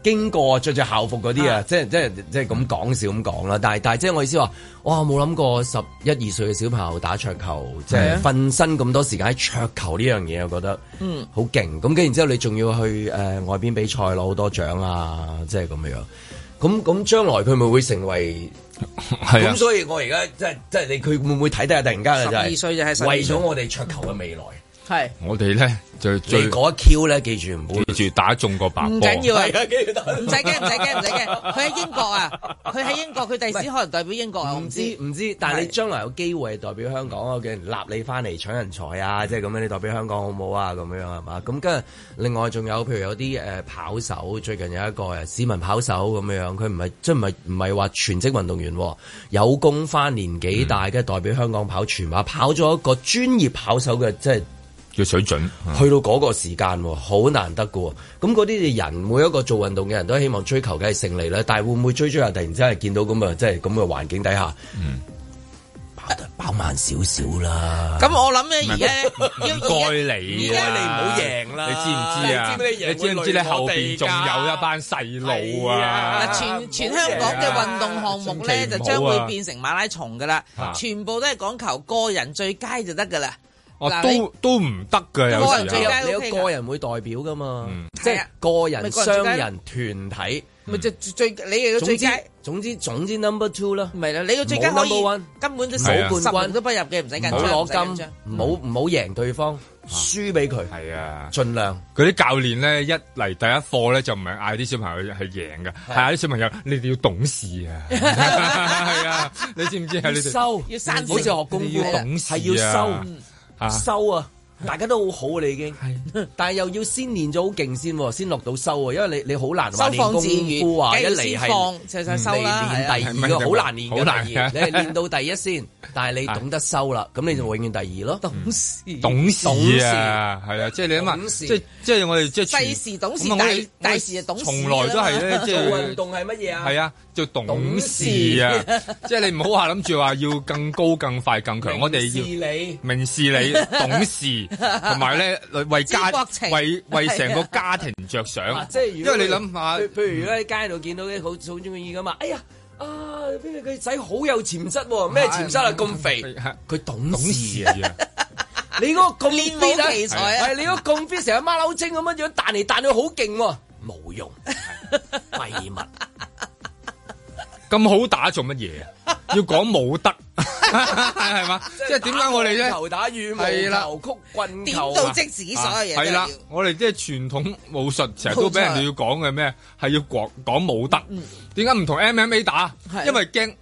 S2: 經過着着校服嗰啲啊，即係即係即係咁講笑咁講啦。但係但係即係我意思話，哇冇諗過十一二歲嘅小朋友打桌球，即
S11: 係
S2: 係
S11: 啊
S2: 瞓身咁多時間喺桌球呢樣嘢，我覺得。
S11: 嗯，
S2: 好勁，咁跟住然之後你仲要去誒、呃外邊比賽攞好多獎啊，即係咁樣。咁咁將來佢咪會成為
S3: 係啊
S2: 咁，所以我而家即係即係你佢會唔會睇得啊？突然間啊，真係
S4: 12歲就係12
S2: 為咗我哋桌球嘅未來，
S4: 係
S3: 我哋咧就最
S2: 你嗰一 Q 咧，記住唔好
S3: 記住打中個白波。
S4: 唔緊要啊，
S2: 係啊記得
S4: 唔使驚唔使驚唔使驚。佢喺英國啊，佢喺英國，佢第時可能代表英國啊，我唔
S2: 唔
S4: 知。
S2: 知唔知，但係你將來有機會係代表香港啊，叫人納你翻嚟搶人才啊，即係咁樣你代表香港好唔好啊？咁樣係嘛？咁跟住另外仲有譬如有啲誒、呃跑手，最近有一個誒市民跑手咁樣，佢唔係即係唔係唔係話全職運動員喎，有功翻年紀大嘅代表香港跑全馬，跑咗一個專業跑手嘅即係。
S3: 嘅水準，
S2: 去到嗰個時間喎，好難得嘅喎。咁嗰啲人，每一個做運動嘅人都希望追求嘅係勝利
S3: 嗯
S2: 啦。但係會唔會追追下，突然之間係見到咁啊，即係咁嘅環境底下，跑得跑慢少少啦。
S4: 咁我諗咧，而家咧
S3: 唔該你
S2: 唔該
S3: 啊，
S2: 你唔好贏啦
S3: 你知唔知啊？
S2: 你知唔知你贏會
S3: 知唔知你
S2: 累我
S3: 後邊
S2: 哋㗎
S3: 仲有一班細路啊？
S4: 嗱，全全香港
S2: 啊
S4: 嘅運動項目咧，
S3: 千
S4: 就
S3: 祈唔好啊
S4: 將會變成馬拉松噶啦
S3: 啊，
S4: 全部都係講求個人最佳就得噶啦。
S3: 哦
S4: 嗱，你
S3: 都都唔得嘅，有
S4: 個人
S3: 時
S4: 最
S3: 候
S4: 佳
S2: 你有
S4: OK 㗎
S2: 個人會代表噶嘛？
S3: 嗯
S2: 即
S4: 啊係
S2: 係
S4: 啊
S2: 個
S4: 咪
S2: 人、
S4: 個人最
S2: 商
S4: 佳
S2: 人、團體。
S4: 咪就最你哋嘅
S2: 總
S4: 最
S2: 之
S4: 佳，嗯
S2: 總之總之 number two 啦。
S4: 唔係啦，你嘅最佳可以
S2: 冇 number one
S4: 根本都十
S2: 冇
S4: 十
S2: 冠軍
S4: 名都不入嘅，唔使緊
S2: 唔好
S4: 張，唔使
S2: 攞
S4: 緊張
S2: 金。，唔好
S3: 嗯
S2: 唔好贏對方，
S3: 啊
S2: 輸俾佢，
S3: 係啊，
S2: 盡量。
S3: 嗰啲教練咧，一嚟第一課咧就唔係嗌啲小朋友係贏嘅，係嗌啲小朋友你哋要懂事
S2: (laughs)
S3: 啊，係啊，你知唔知啊？你哋
S2: 收
S4: 要生性
S2: 好似學功夫
S3: 要懂事啊
S2: 係要收
S3: 啊
S2: 收啊！大家都好好啊，你已經， (laughs) 但係又要先練咗好勁先喎，先落到收啊，因為你你好難話
S4: 收
S2: 練
S4: 放
S2: 功
S4: 自如
S2: 夫啊，
S4: 梗係
S2: 一
S4: 要
S2: 嚟
S4: 先
S2: 係嗯
S4: 放就就收啦
S2: 你
S4: 係啊
S2: 練第二個好難練
S3: 好
S2: 嘅
S3: 難啊
S2: 第二，你係練到第一先，但係你懂得收啦，咁你就永遠第二咯。
S4: 懂事，
S3: 嗯懂事
S2: 懂事
S3: 啊，係啊，即係你諗
S2: 懂
S3: 下，
S2: 事
S3: 即係即係我哋即係全
S4: 細時懂事
S3: 咁啊我哋
S4: 大大時就懂事
S3: 從來都係咧，即
S2: 做運
S3: 係。
S2: 動係乜嘢啊？
S3: 係啊，叫懂事啊，即係你唔好話諗住話要更高、更快、更強，我哋
S2: 明
S3: 要
S2: 事理
S3: 明事理、懂
S2: (laughs)
S3: 事，同埋咧為家
S4: 知國情
S3: 為為成個家庭着想
S2: 啊，即係如
S3: 因
S2: 果
S3: 為你諗下嗯
S2: 譬，譬如如果喺街度見到啲好好中意噶嘛，哎呀啊邊個佢仔好有潛質喎，咩潛質啊咁肥，佢懂
S3: 懂
S2: 事
S3: 事
S2: 啊！
S3: 啊，
S2: 你嗰個咁
S4: 練武
S2: fit 啊
S4: 奇才啊
S2: 係你嗰個咁 fit 成個馬騮精咁樣樣彈嚟彈去好勁喎，冇用，廢物。
S3: (laughs) 咁好打做乜嘢啊？要講武 (laughs) 德係嘛？即係點解我哋咧？
S2: 球打羽毛
S3: 係啦
S2: 球、曲棍
S4: 點
S2: 球
S4: 到
S2: 啊，
S4: 即止，所有嘢
S3: 係
S4: 都
S3: 啦
S4: 要。，
S3: 我哋即係傳統武術成日都俾人
S4: 冇錯
S3: 哋要講嘅咩？係要講講武德。點解唔同 MMA 打
S4: 係？
S3: 因為驚。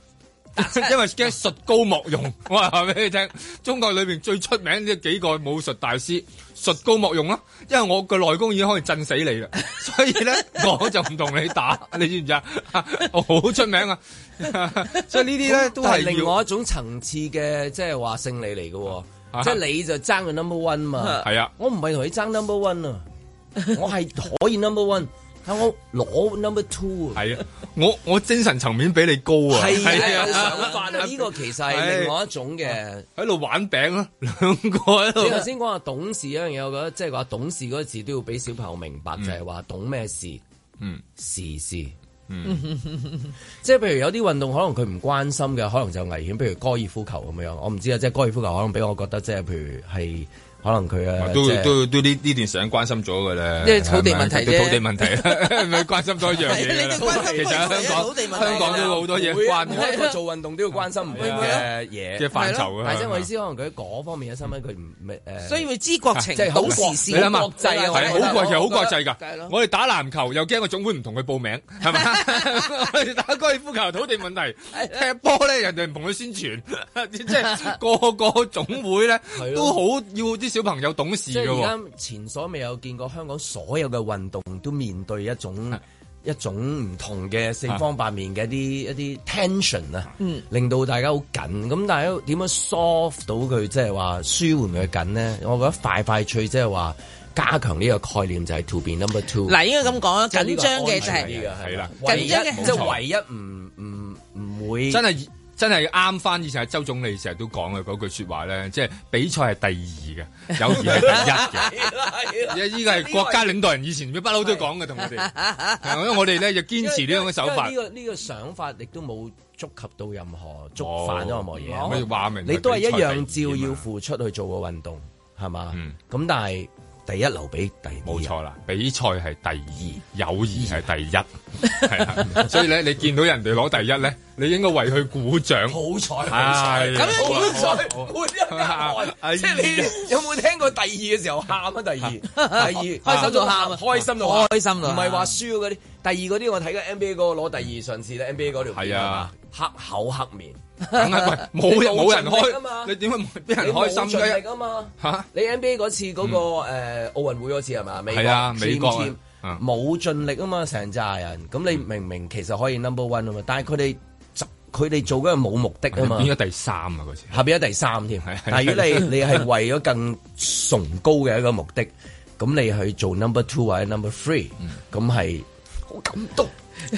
S3: (laughs) 因為驚術高莫用， (laughs) 我話俾你聽，中國裏邊最出名呢幾個武術大師，術高莫用啦。因為我個內功已經可以震死你啦，所以咧我就唔同你打，你知唔知啊？ (laughs) 我好出名啊， (laughs) 所以呢啲咧都
S2: 但
S3: 係
S2: 係另
S3: 要
S2: 外一種層次嘅，即係話勝利嚟嘅喎。
S3: 啊
S2: 即係你就爭個 number one 嘛，
S3: 係啊
S2: 我唔係同你爭 number one 啊，我係可以 number one，但我攞 number two 啊，
S3: 係啊，我我精神層面比你高啊，
S2: 係啊，
S3: 係啊
S2: 有想法
S3: (laughs)
S2: 啊，呢個其實係
S3: 係
S2: 另外一種嘅。
S3: 喺度玩餅咯，兩個
S2: (laughs)
S3: 喺
S2: 你頭
S3: 度。
S2: 先講話懂事嗰樣嘢，我覺得即係話懂事嗰個字都要俾小朋友明白，就係話懂咩事，
S3: 嗯，
S2: 時事。 (laughs) 即係譬如有啲運動可能佢唔關心嘅，可能就危險。譬如高爾夫球咁樣，我唔知啊。即係高爾夫球可能俾我覺得，即係譬如係可能佢啊，
S3: 都
S2: 即係
S3: 都都呢呢段時間關心咗嘅咧，
S4: 因為土地問題啫
S3: 土地問題
S4: (laughs)
S3: 係咪關心咗一樣嘢
S4: 係你哋關心
S3: 其實
S4: 過
S3: 喺香
S4: 土地問
S3: 港
S4: 題
S3: 香港都好多嘢關
S2: 每
S3: (laughs)
S2: 一個啊做運動都要關心唔同嘅嘢
S3: 嘅範疇啊
S2: 但係即係我意思，可能佢喺嗰方面嘅新聞，佢唔咪誒，
S4: 所以會知國情
S2: 啊即係，好
S4: 懂時
S3: 你
S4: 事，
S3: 諗下，
S2: 國際啊
S3: 係
S2: 我覺得
S3: 好國際，好國際
S4: 梗係
S3: 㗎
S4: 咯。
S3: 我哋打籃球又驚個總會唔同佢報名，
S4: (laughs)
S3: 係咪？我哋打高爾夫球土地問題，踢波咧人哋唔同佢宣
S4: (laughs)
S3: 傳，即係個個總會咧
S2: 係咯
S3: 都好要啲小朋友懂事
S2: 即係
S3: 嘅喎。
S2: 而家前所未有見過香港所有嘅運動都面對一
S3: 啊
S2: 種。一種唔同嘅四方八面嘅一啲
S3: 啊
S2: 一啲 tension 啊，
S3: 嗯
S2: 令到大家好緊。咁但係點樣 solve 到佢，即係話舒緩佢嘅緊呢？我覺得快快脆即係話加強呢個概念就係 to be number two。
S4: 嗱，應該咁講啊，
S2: 即係呢
S4: 緊
S2: 個
S4: 張嘅就
S2: 安全
S4: 係
S2: 啲啊嘅
S3: 係啦
S2: 唯一
S4: 緊張嘅
S2: 即係唯一唔唔唔會
S3: 真係真係啱翻以前阿周總理成日都講嘅嗰句説話咧，即係比賽係第
S2: (laughs)
S3: 二嘅，友誼係第一嘅。呢個係國家領導人以前不嬲都講嘅，同我哋，係因為我哋咧就堅持呢種嘅手法
S2: 因為。呢、個呢、個想法亦都冇觸及到任何觸犯咗任何嘢。
S3: 冇咪話明
S2: 你都係一樣照要
S3: 負，
S2: 付出去做個運動，係嘛？咁、但
S3: 嗯
S2: 係第一留俾第二。
S3: 冇。錯啦。比賽係第二，友誼係第一，係啦。所以咧，你見到人哋攞第一咧，你應該為佢鼓掌。
S2: 好彩，好彩，
S3: 係
S2: 咁樣好
S3: 好啊
S2: 彩，
S3: 好啊
S2: 換一間
S3: 哎
S2: 汗
S3: 呀
S2: 即係你有冇聽過第二嘅時候喊啊？第二，第二，開
S4: 心到喊啊
S2: 開心到喊
S4: 開心到
S2: 唔
S4: 喊
S2: 係話輸嗰啲。第二嗰啲我睇緊 NBA 嗰個攞第二，上次咧 NBA 嗰條片
S3: 係啊，
S2: 黑口黑面。
S3: 梗係喂冇人
S2: 你冇盡
S3: 冇人
S2: 力啊嘛
S3: 開，你點解冇俾人
S2: 你冇
S3: 開心
S2: 盡
S3: 嘅
S2: 力？啊嘛！
S3: 嚇
S2: 你 NBA 嗰次嗰個誒奧運會嗰次係嘛？美國
S3: 係啊
S2: Dream
S3: 美國啊
S2: Team
S3: 嗯
S2: 冇盡力啊嘛，成扎人咁你明明其實可以 number one 啊嘛，但係佢哋就佢哋做嗰樣冇目的啊嘛
S3: 變，咗第三啊嗰次。
S2: 下邊有第三添
S3: 係。
S2: 但係如果你你係為咗更崇高嘅一個目的，咁你去做 number two 或者 number three，咁係好感動。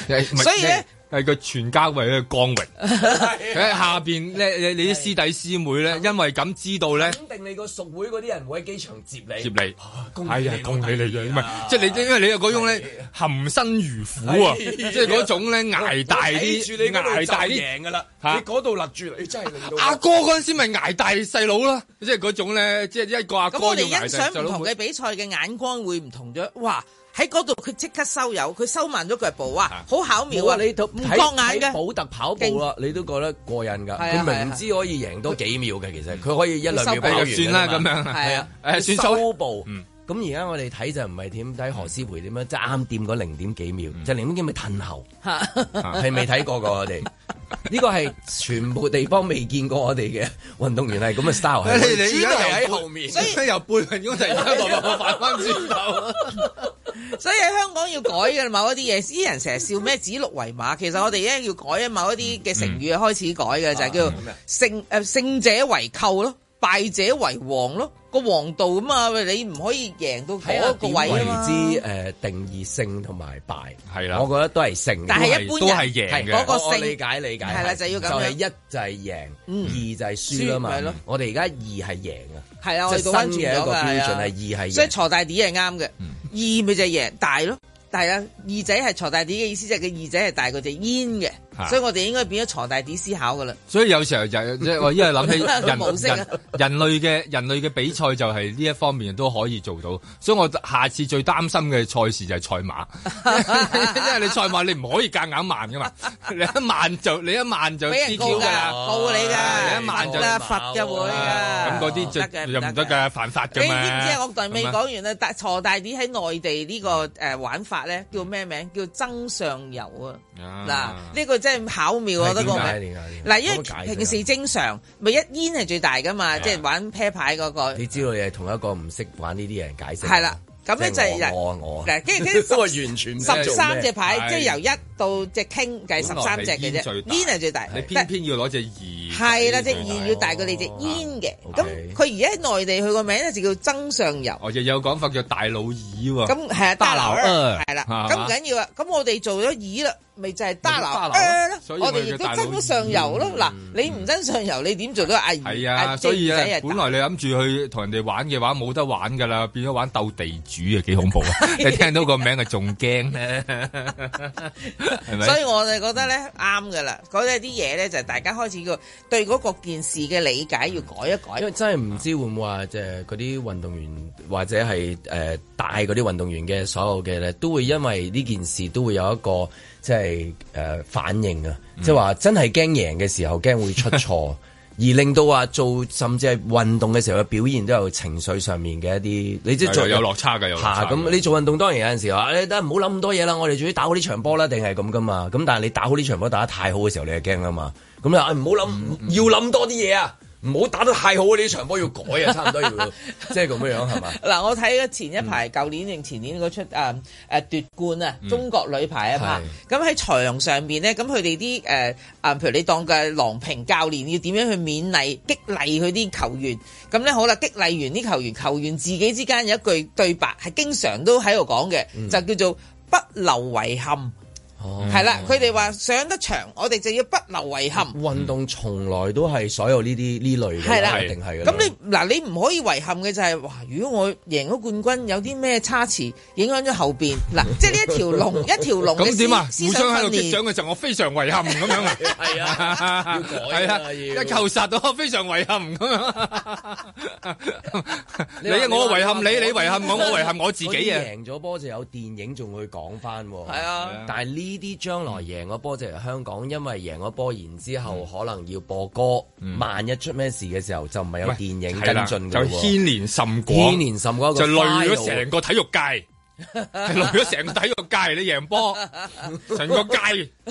S3: 所
S4: 所以咧，
S3: 係佢全家為佢光榮。喺下邊咧，你你啲師弟師妹咧，因為咁知道咧。
S2: 肯定你個屬會嗰啲人會喺機場接你，
S3: 接你
S2: 恭，喜
S3: 係啊，
S2: 你
S3: 恭喜你嘅，唔係即係你，因為你又嗰種咧含辛茹苦啊，
S2: 係啊
S3: 即係嗰種咧捱大
S2: 睇住你
S3: 啲，
S2: 嗰度
S3: 捱
S2: 就
S3: 大
S2: 贏
S3: 啲
S2: 㗎啦，
S3: 嚇
S2: 你嗰度勒住你真係令到
S3: 阿哥嗰陣時咪捱大細佬啦，即係嗰種咧，即係一個阿哥
S4: 咁
S3: 要
S4: 我哋
S3: 捱
S4: 欣
S3: 大細
S4: 賞唔
S3: 佬
S4: 同。嘅比賽嘅眼光會唔同咗。哇！喺嗰度佢即刻收油，佢收慢咗腳步啊，好巧妙
S2: 冇
S4: 啊！
S2: 啊！你睇
S4: 唔覺眼
S2: 睇
S4: 嘅，
S2: 保特跑步啦，你都覺得過癮㗎。
S4: 係啊
S2: 佢
S4: 係啊
S2: 明知可以贏多幾秒嘅，其實佢可以一兩
S4: 收
S2: 秒
S4: 步
S2: 跑完㗎嘛
S3: 哎算啦咁樣
S2: 係啊，
S3: 係啊誒算數
S2: 收步。咁而家我哋睇就唔係點睇何詩蓓點樣，即係啱掂嗰零點幾秒，
S3: 嗯
S2: 就零點幾咪褪後，
S3: 啊
S2: 係未睇過㗎我
S3: (laughs)
S2: 哋。呢個係全部地方未見過我哋
S3: (laughs)
S2: 嘅運動員係咁嘅 style，係
S3: (laughs) 你你
S2: 主
S3: 而
S2: 流
S3: 家
S2: 喺
S3: 由
S2: 後面。
S3: 背，由背運嗰突然間落落反翻轉頭。
S4: (laughs) 所以喺香港要改嘅某一啲嘢，啲人成日笑咩指鹿為馬，其實我哋咧要改啊某一啲嘅成語開始改嘅，就係叫勝誒勝者為寇咯，敗者為王咯，個王道啊嘛，喂你唔可以贏到
S2: 睇下
S4: (laughs) 嗰個
S2: 點
S4: 位
S2: 為
S4: 啊嘛。
S2: 之誒定義勝同埋敗
S3: 係啦
S2: 我覺得都係勝，
S4: 但係一般人
S2: 都
S4: 都
S2: 係
S4: 係
S2: 贏
S4: 贏
S2: 嘅。
S4: 嘅嗰個
S2: 我我
S4: 勝
S2: 理解理解
S4: 係啦就要咁樣
S2: 就係一就係贏，
S4: 嗯
S2: 二就係輸啦嘛
S4: 輸咪咯。
S2: 我哋而家二係贏啊，
S4: 係啊，我
S2: 即
S4: 哋
S2: 係
S4: 倒翻轉
S2: 新嘅一
S4: 咗
S2: 個
S4: 㗎，
S2: 標準係
S4: 啊
S2: 二係
S4: 所以
S2: 贏。
S4: 鋤大 D 係啱嘅，二咪就係贏大咯。係啦，二仔係鋤大 D 嘅意思，就係個二仔係大過隻煙嘅，
S3: 嚇
S4: 所以我哋應該變咗鋤大 D 思考噶啦。
S3: 所以有時候
S4: (laughs)
S3: 就即係我因為諗起
S4: 模式
S3: 人
S4: 啊
S3: 人人類嘅人類嘅比賽就係呢一方面都可以做到，所以我下次最擔心嘅賽事就係賽馬， (laughs) 因為你賽馬你唔可以夾硬慢噶
S4: (laughs)
S3: 嘛，你一慢就你一慢就
S4: 俾人告
S3: DQ
S4: 㗎，
S3: 噶啦，
S4: 告你㗎，
S3: 你一萬就
S4: 得罰嘅會
S3: 咁
S4: 啊。
S3: 嗰啲
S4: 唔得
S3: 就
S4: 嘅
S3: 又唔得㗎，犯法
S4: 你
S3: 㗎
S4: 知
S3: 嘛。
S4: 唔知啊？我仲未
S3: 係咪
S4: 講完啊！大鋤大 D 喺內地呢個誒玩法咧，叫咩名？叫曾上游啊！
S3: 啊
S4: 嗱，呢個真係巧妙啊！
S2: 係
S4: 得個
S2: 點解
S4: 名
S2: 點解點解
S4: 嗱，因
S2: 可唔可以解釋啊
S4: 為
S2: 下
S4: 平時正常咪一煙係最大噶嘛，
S2: 係啊
S4: 即係玩啤牌嗰個。
S2: 你知道你係同一個唔識玩呢啲人解釋。
S4: 係啦，咁咧
S2: 即係
S4: 就係
S2: 我我我
S4: 嗱跟住跟住
S2: 我完全唔知做咩
S4: 十三隻牌，
S3: 係
S4: 即係由一到隻傾計十三隻嘅
S3: 煙
S4: 啫
S3: 最，大
S4: 煙係最大。
S3: 你偏偏要攞隻二，哦
S4: 係啦，隻二要大過你隻煙嘅。咁佢而家喺內地佢個名咧就叫曾上游。
S3: 我哦亦有講法叫大佬二喎。
S4: 咁係啊，
S3: 大
S4: 大
S3: 佬
S4: 佬
S3: 二
S4: 二係啦，
S3: 係嘛
S4: 咁唔緊要啊。咁我哋做咗二啦，咪就係大
S3: 咪
S4: 佬
S3: 就
S4: 二啦。
S3: 所以咪
S4: 我哋亦
S3: 叫
S4: 都
S3: 大佬
S4: 爭咗上游咯。嗱，你唔爭上游，你點做到阿二？
S3: 係
S4: 阿
S3: 啊，所以
S4: 正仔
S3: 咧
S4: 啊，
S3: 本來你諗住去同人哋玩嘅話，冇得玩噶啦，變咗玩鬥地主啊，幾恐怖啊！你聽到個名啊，仲驚咧，係咪？
S4: 所以我哋覺得咧啱噶啦，嗰啲啲嘢咧就係大家開始要對嗰個件事嘅理解要改一改。
S2: 因為真係唔知會唔會話即係嗰啲運動員或者係誒、呃、帶嗰啲運動員嘅所有嘅咧，都會因為呢件事都會有一個即係誒反應啊，
S3: 嗯
S2: 即係話真係驚贏嘅時候驚會出錯。而令到話做甚至係運動嘅時候嘅表現都有情緒上面嘅一啲，你即係做
S3: 啊有有落差㗎有落差
S2: (laughs) 嚇
S3: 㗎
S2: 咁你做運動當然有陣時話，啊誒得唔好諗咁多嘢啦，我哋仲要打好呢場波啦，定係咁噶嘛。咁但係你打好呢場波打得太好嘅時候，你係驚啊嘛。咁你話哎唔好諗，
S3: 嗯
S2: 要諗多啲嘢啊，唔好打得太好啊！呢場波要改啊，差唔
S3: (laughs)
S2: 多要即係咁樣樣係嘛？
S4: 嗱，我睇咗前一排舊年定前年嗰出誒誒奪冠啊，中國女排啊嘛，咁喺場上邊咧，咁佢哋啲誒啊，譬如你當嘅郎平教練要點樣去勉勵激勵佢啲球員，咁咧好啦，激勵完啲球員，球員自己之間有一句對白係經常都喺度講嘅，就叫做不留遺憾。
S3: 哦
S2: 哦
S4: 係啦，佢哋話上得場，我哋就要不留遺憾。
S2: 運動從來都係所有呢啲呢類嘅，
S4: 係啦，
S2: 一定係㗎啦
S4: 咁你嗱，你唔可以遺憾嘅就係、哇！如果我贏咗冠軍，有啲咩差池影響咗後邊嗱，即係呢一條龍一條龍嘅
S3: 咁點啊？
S4: 思
S3: 互
S4: 思想
S3: 相喺
S4: 訓
S3: 度擊掌
S4: 練。
S3: 嘅時候，我非常遺憾咁樣啊！
S2: 係
S3: 啊，
S2: 要改啊要
S3: 一球殺到，我非常遺憾咁樣。你啊我遺憾你，你遺憾我，我遺憾我自己啊
S2: 嗰啲！贏咗波就有電影仲會講翻喎。
S4: 係啊係啊
S2: 但係呢啲將來贏咗波就係香港，因為贏咗波，然之
S3: 嗯
S2: 後可能要播歌，萬一出咩事嘅時候就唔係有電影
S3: 係啦
S2: 跟進
S3: 就
S2: 嘅喎。
S3: 牽連甚廣，
S2: 牽連甚廣一個
S3: 就累咗
S2: file
S3: 成個體育
S2: (laughs)
S3: 界。係累咗成個體育界，你贏波，成個界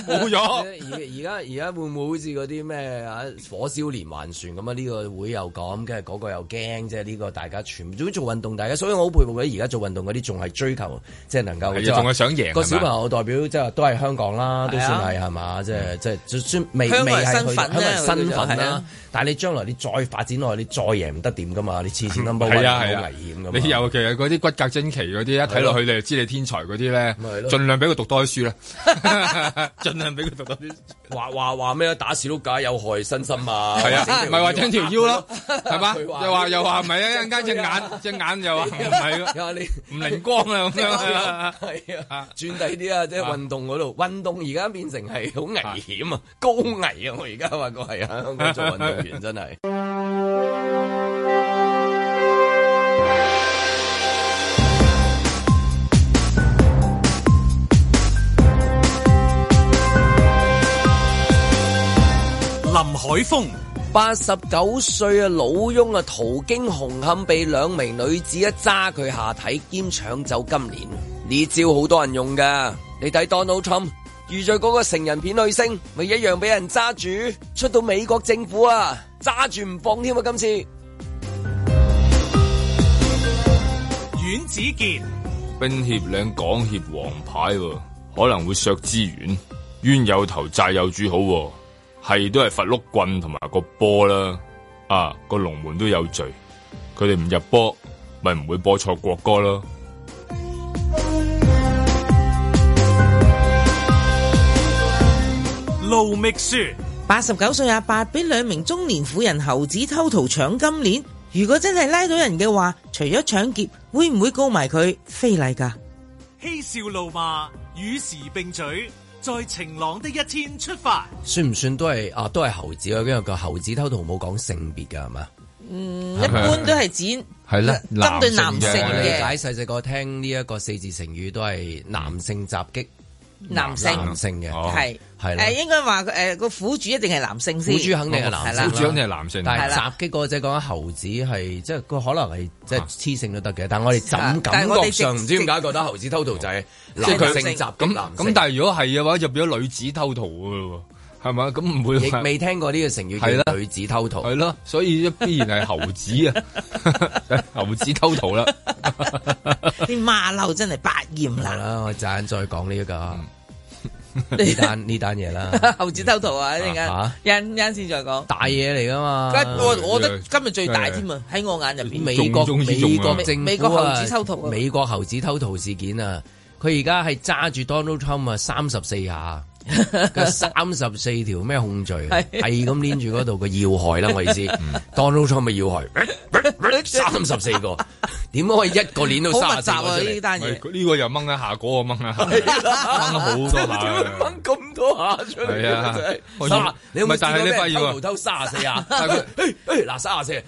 S3: 冇咗。
S2: 而而家而家會唔會好似嗰啲咩啊火燒連環船咁啊？呢個會又咁，跟住嗰個又驚，即係呢個大家全部總之做運動，大家所以我好佩服佢而家做運動嗰啲仲係追求，即係能夠
S3: 係啊
S2: 即係話
S3: 仲係想贏
S2: 個
S3: 係嘛
S2: 小朋友代表，即係都係香港啦，都
S4: 係啊
S2: 算係係嘛，即係即係就算未
S4: 香港
S2: 未
S4: 人
S2: 係
S4: 身
S2: 去
S4: 份
S2: 香港人
S4: 啦
S2: 身
S4: 佢
S2: 份
S4: 哋就係
S2: 啦
S4: 啊，
S2: 但係你將來你再發展落去，你再贏唔得點噶嘛？你次次 number one
S3: 係啊
S2: 好
S3: 係啊
S2: 危險噶嘛？
S3: 你尤其係嗰啲骨骼精奇嗰啲，一睇落道佢哋知你天才嗰啲咧
S2: 咪係，咯
S3: 盡量俾佢讀多啲
S2: (laughs)
S3: 書啦，盡量俾佢讀多啲書。
S2: 話話話咩打士碌架有害身心啊？
S3: 係啊
S2: 整 (laughs) 條
S3: 咪話整條腰咯係嘛
S2: 佢話
S3: 又話又話唔係啊一陣間隻眼隻眼又話唔係咯
S2: 又話 (laughs) 你
S3: 唔靈光啊咁樣
S2: (laughs)
S3: 啊
S2: 係啊，轉第啲啊，即係運動嗰度，運動而家變成係好危險啊，高危啊！我而家話過係啊，香港做運動員真係。
S1: 林海峰、
S2: 八十九歲嘅老翁啊，途經紅磡被兩名女子一揸佢下體兼搶走金鏈，呢招好多人用噶。你睇 Donald Trump 遇咗嗰個成人片女星，咪一樣俾人揸住，出到美國政府啊，揸住唔放添啊！今次
S1: 阮子健、
S3: 冰協領港協黃牌喎，可能會削資源，冤有頭債有主好喎，係都係罰碌棍同埋個波啦，啊個龍門都有罪，佢哋唔入波，咪唔會播錯國歌咯。
S1: 盧覓雪。
S4: 八十九歲阿伯俾兩名中年婦人猴子偷圖搶金鏈，如果真係拉到人嘅話，除咗搶劫，會唔會告埋佢非禮㗎？
S1: 嬉笑怒罵，與時並舉，在晴朗的一天出發。
S2: 算唔算都係啊？都係猴子啊，因為個猴子偷圖冇講性別噶係嘛？
S4: 嗯，一般都係指
S3: 係啦
S4: 針對男性
S2: 我理解
S4: 嘅
S2: 細細個聽呢一個四字成語都係男性襲擊
S4: 男性，哦
S2: 男性嘅，
S4: 係
S2: 係啦
S4: 誒應該話誒個苦主一定係男性先，
S2: 苦主肯定係男性，
S4: 啦
S3: 苦主肯定係男性
S2: 但
S4: 係
S2: 係
S4: 啦
S2: 襲擊嗰只講緊猴子係即係佢可能係即係雌性都得嘅，但係我哋
S4: 啊
S2: 感
S4: 但
S2: 感
S4: 係我哋
S2: 覺上唔
S4: 直
S2: 知點解覺得猴子偷渡就係男
S3: 即係佢
S2: 性襲擊
S3: 咁
S2: 男
S3: 咁，
S2: 性，
S3: 但係如果係嘅話，入咗女子偷圖噶咯喎，係嘛？咁唔會
S2: 亦未聽過呢個成
S3: 係
S2: 語
S3: 啦
S2: 叫女子偷渡。
S3: 係咯，所以必然係猴子啊， (laughs) 猴子偷圖啦。
S4: 啲馬騮真係百厭
S2: 好
S4: 啦，
S2: 啦，我陣再講呢個呢單呢單嘢啦，
S4: (laughs) 猴子偷圖啊！一陣
S2: 啊
S4: 間，一陣先再講。
S2: 大嘢嚟噶嘛。
S4: 我我覺得今日最大添啊！喺我眼入邊，
S2: 美國
S3: 中之中
S2: 美
S3: 啊
S2: 國政府啊
S4: 美國猴子偷圖啊
S2: 美國猴子偷圖事件啊，佢而家係揸住 Donald Trump 啊三十四
S4: (laughs)
S2: 下，三十四條咩控罪啊，
S4: 係嗯
S2: 係咁黏住嗰度個要害啦，
S4: (laughs)
S2: 我意思，Donald Trump 嘅要害，哎三十四個，點可以一個鏈到
S4: 好
S2: 三
S4: 密
S2: 十四
S4: 集啊！
S2: 個出
S4: 呢
S2: 嚟？
S4: 單嘢。
S3: 係呢個又掹一下，嗰個掹一下，
S2: 啊
S3: 掹好多
S2: 點會
S3: 下。
S2: 掹咁多下出嚟
S3: 係啊
S2: 真係
S3: 我
S2: 三你有
S3: 唔
S2: 冇
S3: 係但
S2: 見過
S3: 係你
S2: 咩
S3: 發現喎
S2: 偷偷三十四下？
S3: (laughs) 但係佢
S2: 誒誒嗱，三十四，誒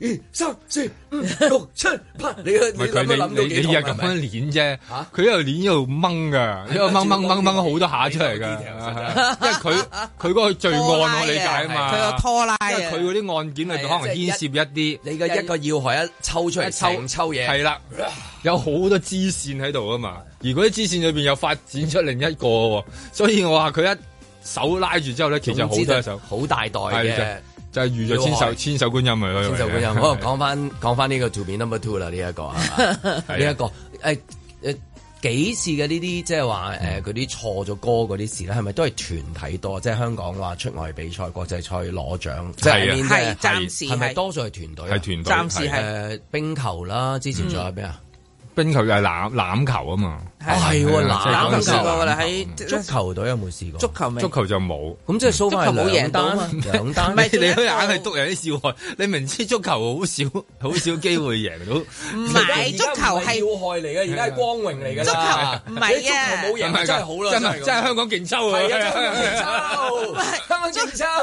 S2: 二三四五六七八，你
S3: 唔
S2: 你
S3: 係
S2: 諗都
S3: 佢
S2: 諗
S3: 你
S2: 到
S3: 你
S2: 幾啊
S3: 你係
S2: 痛啊
S3: 咁
S2: 係咪
S3: 樣攣啫
S2: 嚇，
S3: 佢一路攣一路掹
S2: (laughs)
S3: 噶，一路掹掹掹掹好多下出嚟啊
S2: 呢
S3: 噶，因為佢佢
S2: 啊 (laughs)
S3: 嗰個罪案我理解啊
S4: 佢有
S3: 嘛，
S4: 拖拉
S3: 因為
S4: 啊！
S3: 佢嗰啲案件裏邊可能牽涉一啲
S2: 你嘅一個要害一抽出嚟，成抽嘢，
S3: 係啦，啊有好多支線喺度啊嘛，而嗰啲支線裏邊又發展出另一個喎，所以我話佢一手拉住之後咧，其實
S2: 總
S3: 好
S2: 之
S3: 多
S2: 就
S3: 手
S2: 好大袋嘅
S3: 係。就係遇咗千手千手觀音啊，
S2: 千手觀音，好講翻講翻呢個 to be number two 啦，呢一個係嘛
S3: (laughs) 係啊
S2: 呢一個誒誒幾次嘅呢啲即係話誒嗰啲錯咗歌嗰啲事咧，係咪都係團體多？即係香港話出外比賽、國際賽攞獎，即係
S3: 係啊
S2: I mean，
S4: 係
S2: 即
S4: 暫時
S2: 係咪
S4: 係，
S2: 多數係團隊啊？
S3: 係團嗯
S4: 暫
S3: 隊
S4: 時係
S2: 誒冰球啦，之前仲有咩啊？
S3: (laughs) 冰球又係欖欖球啊嘛，
S2: 哦係喎，
S4: 打
S2: 籃
S4: 唔
S3: 籃
S4: 試
S3: 球
S4: 過
S2: 球、
S4: 㗎啦，喺
S2: 足球隊有冇試過？
S4: 足球未
S3: 足球就冇。
S2: 咁即係蘇翻
S4: 足球冇
S2: 兩
S4: 贏到啊嘛
S2: 單，兩單
S4: 唔係
S3: 你 (laughs) 你都硬係督人啲笑汗，你明知足球好少 (laughs) 好少機會贏
S4: (laughs)
S3: 到，
S4: 唔係足球係
S2: 要害嚟嘅，而家係光榮嚟嘅。
S4: 足球唔係啊
S2: 你足球冇贏真係好啦，
S3: 真係真係香港勁抽啊！
S2: 係啊， (laughs) 香港勁抽，香港勁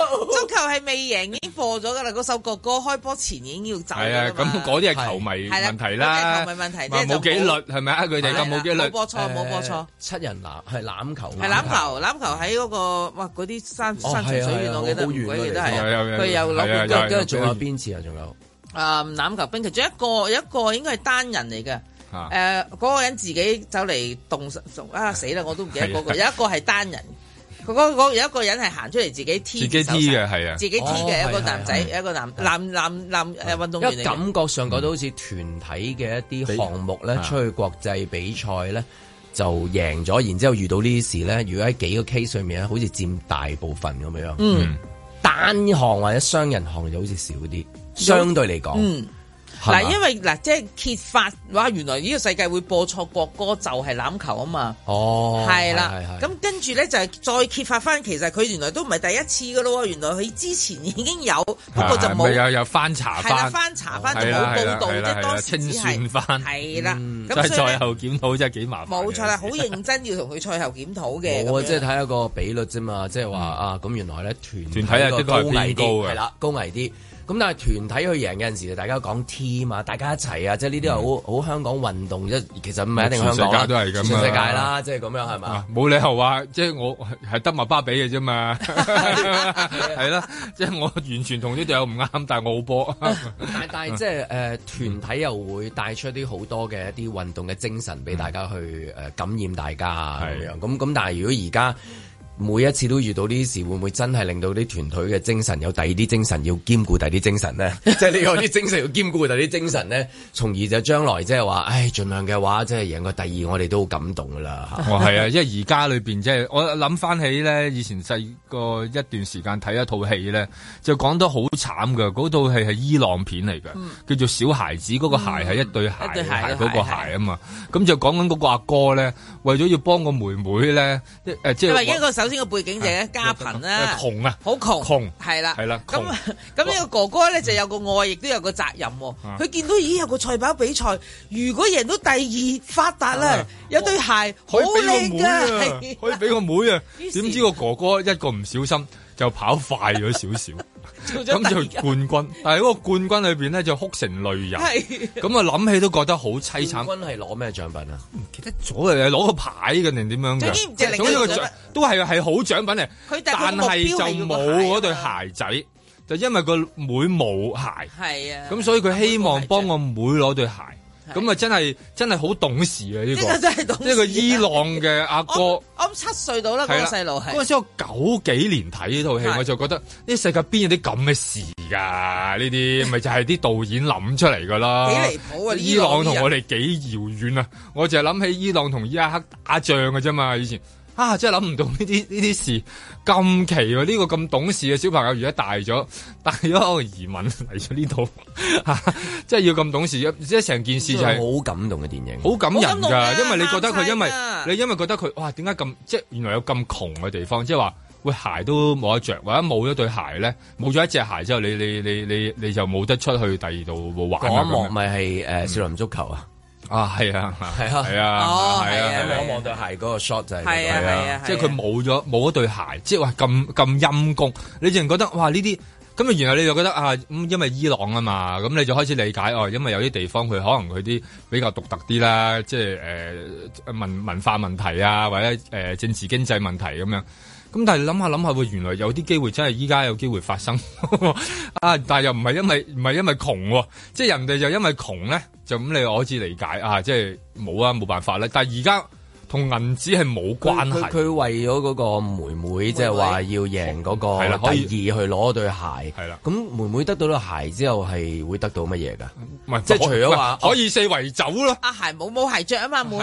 S2: 抽。
S4: 足球係未贏已經播咗㗎啦，嗰首國歌開波前已經要
S3: (laughs)
S4: 走
S3: 係
S4: 㗎
S3: 啊
S4: 啦，嘛
S3: 咁嗰啲係球迷問題
S4: 係啦嗰啲係
S3: 啦，
S4: 球迷問題
S3: 話
S4: 即係
S3: 冇
S4: 就
S3: 紀律係咪啊？佢哋咁冇紀
S4: 係啦冇
S3: 律，
S4: 播錯哦冇播錯
S2: 誒，七人籃係欖球，
S4: 係欖球欖球喺嗰個哇嗰啲山
S2: 哦
S4: 山長水
S2: 係啊係
S4: 遠，
S2: 啊
S4: 我記得
S2: 好
S4: 唔
S2: 遠
S4: 鬼
S2: 㗎
S4: 記得係
S2: 嚟
S4: 啊
S3: 講
S4: 佢又
S3: 係啊
S4: 攞
S3: 係啊
S2: 跟
S4: 冠軍
S2: 跟住仲有邊次啊？仲有
S4: 啊欖球冰球，仲有一個有一個應該係單人嚟嘅。誒嗰、
S3: 嚇
S4: 個人自己走嚟動手啊死啦！我都唔記得嗰、個，
S3: 係
S4: 有一個係單人，佢嗰嗰有一個人係行出嚟自己
S3: 自
S4: T
S3: 己 T 嘅係啊
S4: 自己 T
S2: 哦
S4: 嘅一個
S2: 係
S4: 男仔，
S2: 係
S4: 一個男男男男誒運動
S2: 因
S4: 員
S2: 為
S4: 嚟嘅。
S2: 感覺上覺得好似團體嘅一
S4: 嗯
S2: 啲項目咧，
S4: 啊
S3: 比
S2: 出去國際比賽咧就贏咗，然之後遇到呢啲事咧，如果喺幾個 case 上面咧，好似佔大部分咁樣。
S4: 嗯
S2: 單項或者雙人項就好似少啲，相對嚟講。
S4: 嗯，
S2: 係嘛
S4: 嗱，因為嗱，即係揭發哇，原來呢個世界會播錯國歌就係欖球啊嘛。
S2: 哦，
S4: 係啦
S2: 係，係
S4: 咁跟住咧就係再揭發翻，其實佢原來都唔係第一次噶咯喎，原來佢之前已經
S3: (laughs)
S4: 有，不過就冇
S3: 咪又又翻查
S4: 係啦，
S3: 翻，哦
S4: 翻查翻就
S3: 係
S4: 冇
S3: 啦
S4: 報道
S3: 係啦係啦
S4: 啫，當時
S3: 清
S4: 只
S3: 算
S4: 係
S3: 翻，
S4: 係啦，
S3: 真
S4: 咁
S3: 係
S4: 所以
S3: 賽
S4: 呢
S3: 後檢討真係幾麻煩。
S4: 冇錯啦，好認真要同佢賽後檢討嘅。
S2: 冇啊，
S4: 咁樣
S3: 哦
S4: 嗯
S2: 即係睇下個比率啫嘛，即係話啊，咁原來咧團體
S3: 團體啊
S2: 個
S3: 的確係
S2: 高危
S3: 偏高
S2: 啲，
S3: 嘅
S2: 係啦，高危啲。咁但係團體去贏嘅陣時，就大家講 team 啊，大家一齊啊，即係呢啲係好好香港運動啫。其實唔係一定香港啦，
S3: 嗯全世界都係咁啊
S2: 全世界啦，即係咁樣係嘛？
S3: 啊冇理由話，即係我係得麥巴比嘅啫
S4: (laughs)
S3: 嘛，
S4: 啊
S3: 係啦，即係我完全同啲隊友唔啱，但係我好
S4: (laughs)
S3: 波，
S2: 但但係即係誒團體又會帶出一啲好多嘅一啲運動嘅精神俾大家去誒、呃感染大家啊咁樣。咁咁但係如果而家每一次都遇到呢啲事，會唔會真係令到啲團隊嘅精神有第二啲精神要兼顧第二啲精神咧？即係你有啲精神要兼顧第二啲精神咧，從而就將來即係話，唉，盡量嘅話，即係贏過第二，我哋都好感動噶啦。嚇
S3: 我係啊，因 (laughs) 為而家裏邊即係我諗翻起咧，以前細個一段時間睇一套戲咧，就講得好慘嘅。嗰套戲係伊朗片嚟嘅，叫做《小孩子》，嗰、個鞋係一對鞋，
S4: 嗯一對鞋
S3: 鞋
S4: 嘅
S3: 嗰個
S4: 鞋
S3: 鞋啊嘛。咁就講緊嗰個阿哥咧，為咗要幫個妹妹咧，即誒即
S4: 因
S3: 係啊
S4: 為一個首先個背景就係家貧啦，
S3: 窮啊，
S4: 好窮，
S3: 窮
S4: 係啦，
S3: 係啦
S4: 咁
S3: 窮
S4: (laughs) 咁呢個哥哥咧就有個愛，亦都有個責任喎。
S3: 啊
S4: 佢見到咦有個賽跑比賽，如果贏到第二發達啦，有對鞋
S3: 可
S4: 好
S3: 以俾個
S4: 靚
S3: 妹啊
S4: 㗎，，
S3: 可以俾個妹
S4: (laughs)
S3: 啊。
S4: 於是
S3: 點知個哥哥一個唔小心就跑快咗少少，
S4: (laughs) 做咗
S3: 咁
S4: 第
S3: 就冠軍。但係嗰個冠軍裏邊咧就哭成淚 (laughs) 人，
S4: 係
S3: 咁啊諗起都覺得好凄慘。
S4: 嗯
S2: 冠軍係攞咩獎品啊？
S3: 左嚟攞個牌嘅定點樣
S4: 總
S3: 嘅？
S4: 之就另一
S3: 個
S4: 個獎品
S3: 獎都係係好獎品嚟，
S4: 佢但
S3: 但
S4: 係佢個
S3: 係
S4: 目標係
S3: 就
S4: 要個
S3: 冇嗰對鞋仔，就因為個妹冇鞋，
S4: 係啊，
S3: 咁所以佢希望幫個妹攞對鞋，咁啊真係真係好懂事啊！呢
S4: 呢個
S3: 個
S4: 真係懂事啊
S3: 呢個伊朗嘅阿哥
S4: 我。我諗七歲到啦，嗰
S3: 係
S4: 個
S3: 啦
S4: 細路係
S3: 嗰陣時我九幾年睇呢套戲
S4: 係，
S3: 我就覺得呢世界邊有啲咁嘅事㗎？呢啲咪就係啲導演諗出嚟㗎啦。
S4: 幾離譜啊
S3: 伊朗同我哋幾遙遠啊！我就係諗起伊朗同伊拉克打仗㗎啫嘛，以前。啊！真係諗唔到呢啲呢啲事咁奇喎、呢、個咁懂事嘅小朋友而家大咗，大咗移民嚟咗呢度，即係要咁懂事，即係成件事就係、
S2: 好感動嘅電影，
S3: 好感人
S4: 好感動㗎
S3: 㗎，因為你覺得
S4: 喊
S3: 佢，
S4: 晒
S3: 因為
S4: 㗎
S3: 你因為覺得佢，哇，點解咁即係原來有咁窮嘅地方，即係話。喂，鞋都冇得着，或者冇咗對鞋咧，冇咗一隻鞋之後，你你你你你就冇得出去第二度玩啊
S2: 嗰一幕
S3: 咁樣
S2: 咪係誒少林足球啊？
S3: 啊，係啊，係
S2: 啊
S3: 係啊，
S4: 哦
S3: 係
S4: 係啊
S3: 啊，
S2: 我望對鞋嗰個 shot 就係嗰個
S4: 係啊係啊，
S3: 即係佢冇咗冇咗對鞋，即係話咁咁陰公，你淨覺得哇呢啲咁啊，然後你就覺得啊，咁因為伊朗啊嘛，咁你就開始理解哦，因為有啲地方佢可能佢啲比較獨特啲啦，即係誒、呃文文化問題啊，或者誒、呃政治經濟問題咁樣。咁但係諗下諗下，會原來有啲機會真係依家有機會發生 (laughs) 啊！但係又唔係因為唔係因為窮喎、即係人哋就因為窮咧，就咁你我可以理解啊！即係冇啊，冇辦法啦。但係而家同銀紙係冇關係
S2: 佢佢。佢為咗嗰個妹妹，即係話要贏嗰
S3: 係啦
S2: 個
S3: 可以
S2: 第二去攞對鞋。係
S3: 啦，
S2: 咁妹妹得到對鞋之後係會得到乜嘢㗎？
S3: 唔係
S2: 即係除咗話
S3: 可以四圍走咯，
S4: 阿鞋冇冇鞋着啊嘛，妹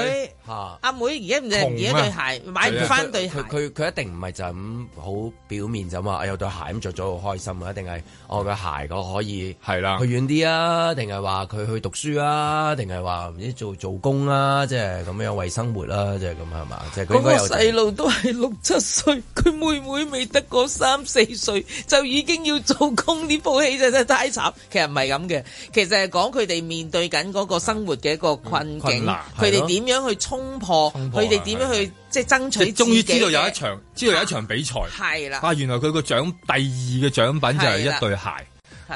S2: 嚇。
S4: 阿妹而家唔就而
S3: 窮
S4: 家
S3: 啊
S4: 對鞋買唔翻對鞋
S2: 佢。佢佢一定唔係就咁好表面就咁話，哎有對鞋咁着咗好開心啊！一定係哦對鞋我可以
S3: 係啦
S2: 去，遠啲啊，定係話佢去讀書啊，定係話唔知做做工啊，即係咁樣為生活啊啦，即係咁係嘛？即係佢
S4: 嗰
S2: 應該
S4: 個
S2: 有
S4: 細路都係六七歲， (laughs) 佢妹妹未得過三四歲就已經要做工，呢部戲真係太慘。其實唔係咁嘅，其實係講佢哋面對緊嗰個生活嘅一個困
S3: 困
S4: 境
S3: 難，
S4: 佢
S2: 係
S4: 哋
S2: 咯
S4: 點樣去衝破，
S3: 衝破
S4: 佢哋點樣去即係爭
S3: 即
S4: 取。
S3: 係終於知道有一，場，知道有一場比賽。
S4: 係啦，
S3: 啊，原來佢個獎第二嘅獎品就係一對鞋，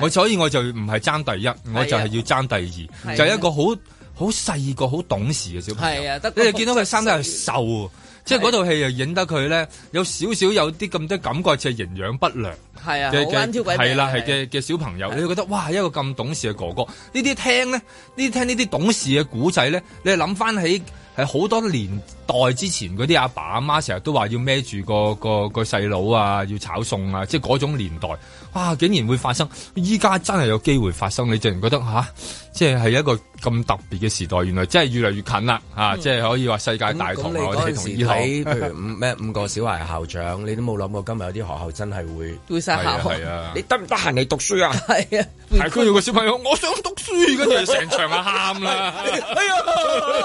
S3: 我所以我就唔係爭第一，我就係要爭第
S4: 係啊
S3: 二，就係一個好好細個好懂事嘅小朋友。
S4: 係啊得個
S3: 你就見到佢生得係瘦，即係嗰套戲又影得佢咧有少少有啲咁多感覺，就係營養不良。
S4: 係啊，好
S3: 嘅
S4: 彎挑
S3: 嘅
S4: 鬼
S3: 係啦，
S4: 命
S3: 係嘅嘅小朋友，你會覺得哇，一個咁懂事嘅哥哥，呢啲聽咧，呢啲聽呢啲懂事嘅古仔咧，你係諗翻起係好多年代之前嗰啲阿爸阿媽成日都話要孭住個個個細佬啊，要炒餸啊，即係嗰種年代，哇，竟然會發生，依家真係有機會發生，你自然覺得吓、即係係一個咁特別嘅時代，原來真係越嚟越近啦，嚇、即係可以話世界大
S2: 嗯咁
S3: 同
S2: 你
S3: 啊，我
S2: 嗰
S3: 哋
S2: 陣
S3: 同
S2: 時
S3: 伊朗。
S2: 睇，譬如五咩五個小孩校長，你都冇諗過今日有啲學校真係會
S4: 會失
S3: 係啊
S4: 效。
S3: 係啊
S2: 你得唔得閒嚟讀書啊？
S4: 係啊，
S3: 係跟住個小朋友，我想讀書，跟住成場啊喊啦，哎呀，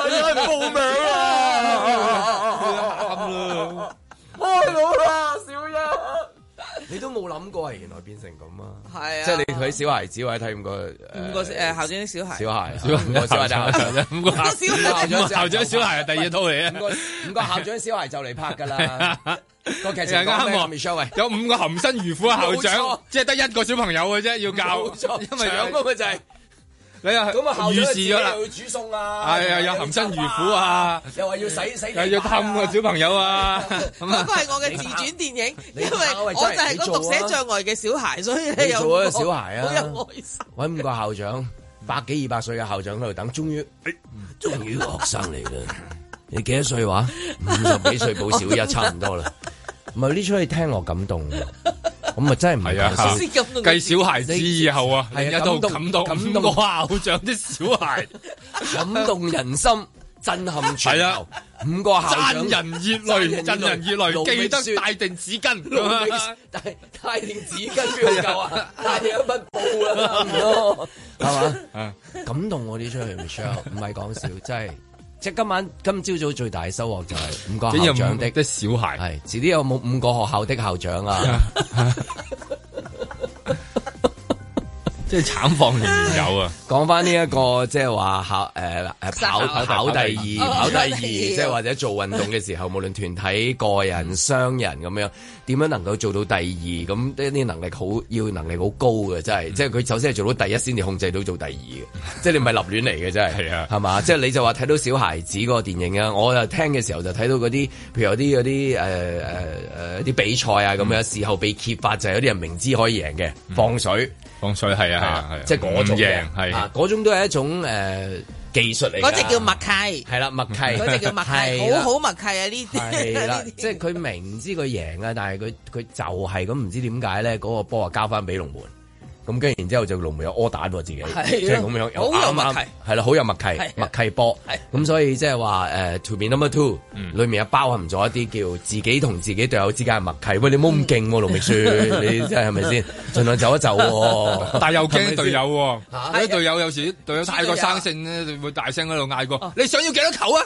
S8: 真係報名
S2: 啊
S8: 啦！
S3: 喊啦，
S8: 開到啦，小一。
S2: 你都冇諗過係原來變成咁啊！
S4: 係啊
S2: 即係你佢小孩子或者睇五個呃
S4: 五個誒校長啲小孩，
S2: 小孩，
S3: 小
S2: 五個小 (laughs) 孩
S3: 校長
S2: 五
S3: 五
S2: 個
S3: 個
S4: (laughs)
S2: 校
S3: 校
S2: 長
S3: 長校長小孩係第二套嚟啊
S2: 五個五個校長小孩就嚟拍㗎 (laughs) 啦，個劇情
S3: 係啱
S2: 講咩
S3: 喎
S2: m i c h e
S3: 有五個含辛茹苦嘅校
S2: 冇錯
S3: 長，即係得一個小朋友嘅啫，要
S2: 冇
S3: 教，
S2: 錯，
S3: 因為
S2: 長嗰個就係
S3: 你又
S2: 咁啊，校長
S3: 預
S2: 就
S3: 示
S2: 自己
S3: 咗啦
S2: 又要煮餸啊，
S3: 係啊，有含辛茹苦啊，
S2: 又話要洗洗地
S3: 又要氹個小朋友啊，咁
S4: 嗰
S3: 啊
S4: 個係我嘅自傳電影，
S2: 你
S4: 因為我就係個讀寫障礙嘅小孩，所以咧
S2: 你
S4: 有
S2: 做咗小孩啊
S4: 好有愛心。
S2: 揾五個校長，百幾二百歲嘅校長喺度等，終於，
S3: 哎
S2: 終於個學生嚟啦。你幾多歲話？五十幾歲報小
S3: (laughs)
S2: 一，差唔多啦。唔係呢出戲聽落感動喎，咁啊真係唔
S3: 係啊
S2: 講笑，
S3: 計小孩子以後啊，
S2: 係啊
S3: 另一套感動
S2: 感
S3: 感
S2: 動
S3: 動校長啲小孩，
S2: 感動人心，震撼全球。五個校
S3: 賺
S2: 長
S3: 啊人熱淚，賺人熱
S2: 盧
S3: 淚，
S2: 覓
S3: 記得
S2: 雪
S3: 帶定
S2: 盧
S3: 紙巾 (laughs)
S2: 覓。帶帶定紙巾邊度夠啊？帶定一匹布啦，唔咯，係嘛？感動我呢出戲 Michelle，唔係講笑，真係。即係今晚今朝早最大嘅收穫就係五個校長的
S3: 即係五
S2: (laughs)
S3: 個小孩
S2: 係，遲啲有冇五個學校的校長 (laughs) 啊？
S3: 即係慘況仍然有啊！
S2: 講翻呢一個即係話考誒誒跑
S3: 跑
S2: 跑第二
S3: 哦
S2: 跑第
S3: 跑
S2: 二，
S3: 第二
S2: 即係或者做運動嘅時候，無論團體、個人、商人咁樣，點樣能夠做到第二？咁呢啲能力好要能力好高嘅，真係，即係佢首先係做到第一先至控制到做第二 (laughs) 嘅，即係你唔係立亂嚟嘅，真係，係啊，係嘛？即係你就話睇到小孩子嗰個電影啊，我就聽嘅時候就睇到嗰啲，譬如有啲嗰啲誒誒誒啲比賽啊咁樣，事後被揭發就係有啲人明知可以贏嘅放水。
S3: (laughs) 放水係啊係啊係啊，
S2: 即係嗰種
S3: 唔
S2: 嘅
S3: 贏係
S2: 啊，嗰種都係一種誒技術嚟㗎。
S4: 嗰隻叫默契，
S2: 係啦，默
S3: (laughs)
S2: 契，
S4: 嗰隻叫默
S2: 係
S4: 契，
S2: 啦
S4: 好好默契啊！呢啲
S2: 係啦
S4: 呢，啲
S2: 即係佢明知佢贏啊，但係佢佢就係咁唔知點解咧，嗰個波啊交翻俾龍門，咁跟住然之後就龍門有柯打喎自己，
S8: 係
S2: 即係咁樣，又
S8: 好有
S2: 啱
S8: 默契
S2: 啱係啦，好有默契
S4: 啊
S8: 係，
S2: 默契波，咁所以即係話誒，to be number two
S3: 嗯
S2: 裏面又包含咗一啲叫自己同自己隊友之間嘅默契。喂，你冇咁勁喎，龍明雪，
S4: (laughs)
S2: 你真係係咪先？盡量走一走喎，
S3: 但又
S2: (laughs) 係咪先
S3: 驚隊友喎，
S2: 嚇
S3: 啲隊友有時隊友太過生性咧，會大聲喺度嗌過：你想要幾
S2: (laughs)
S3: 多球啊？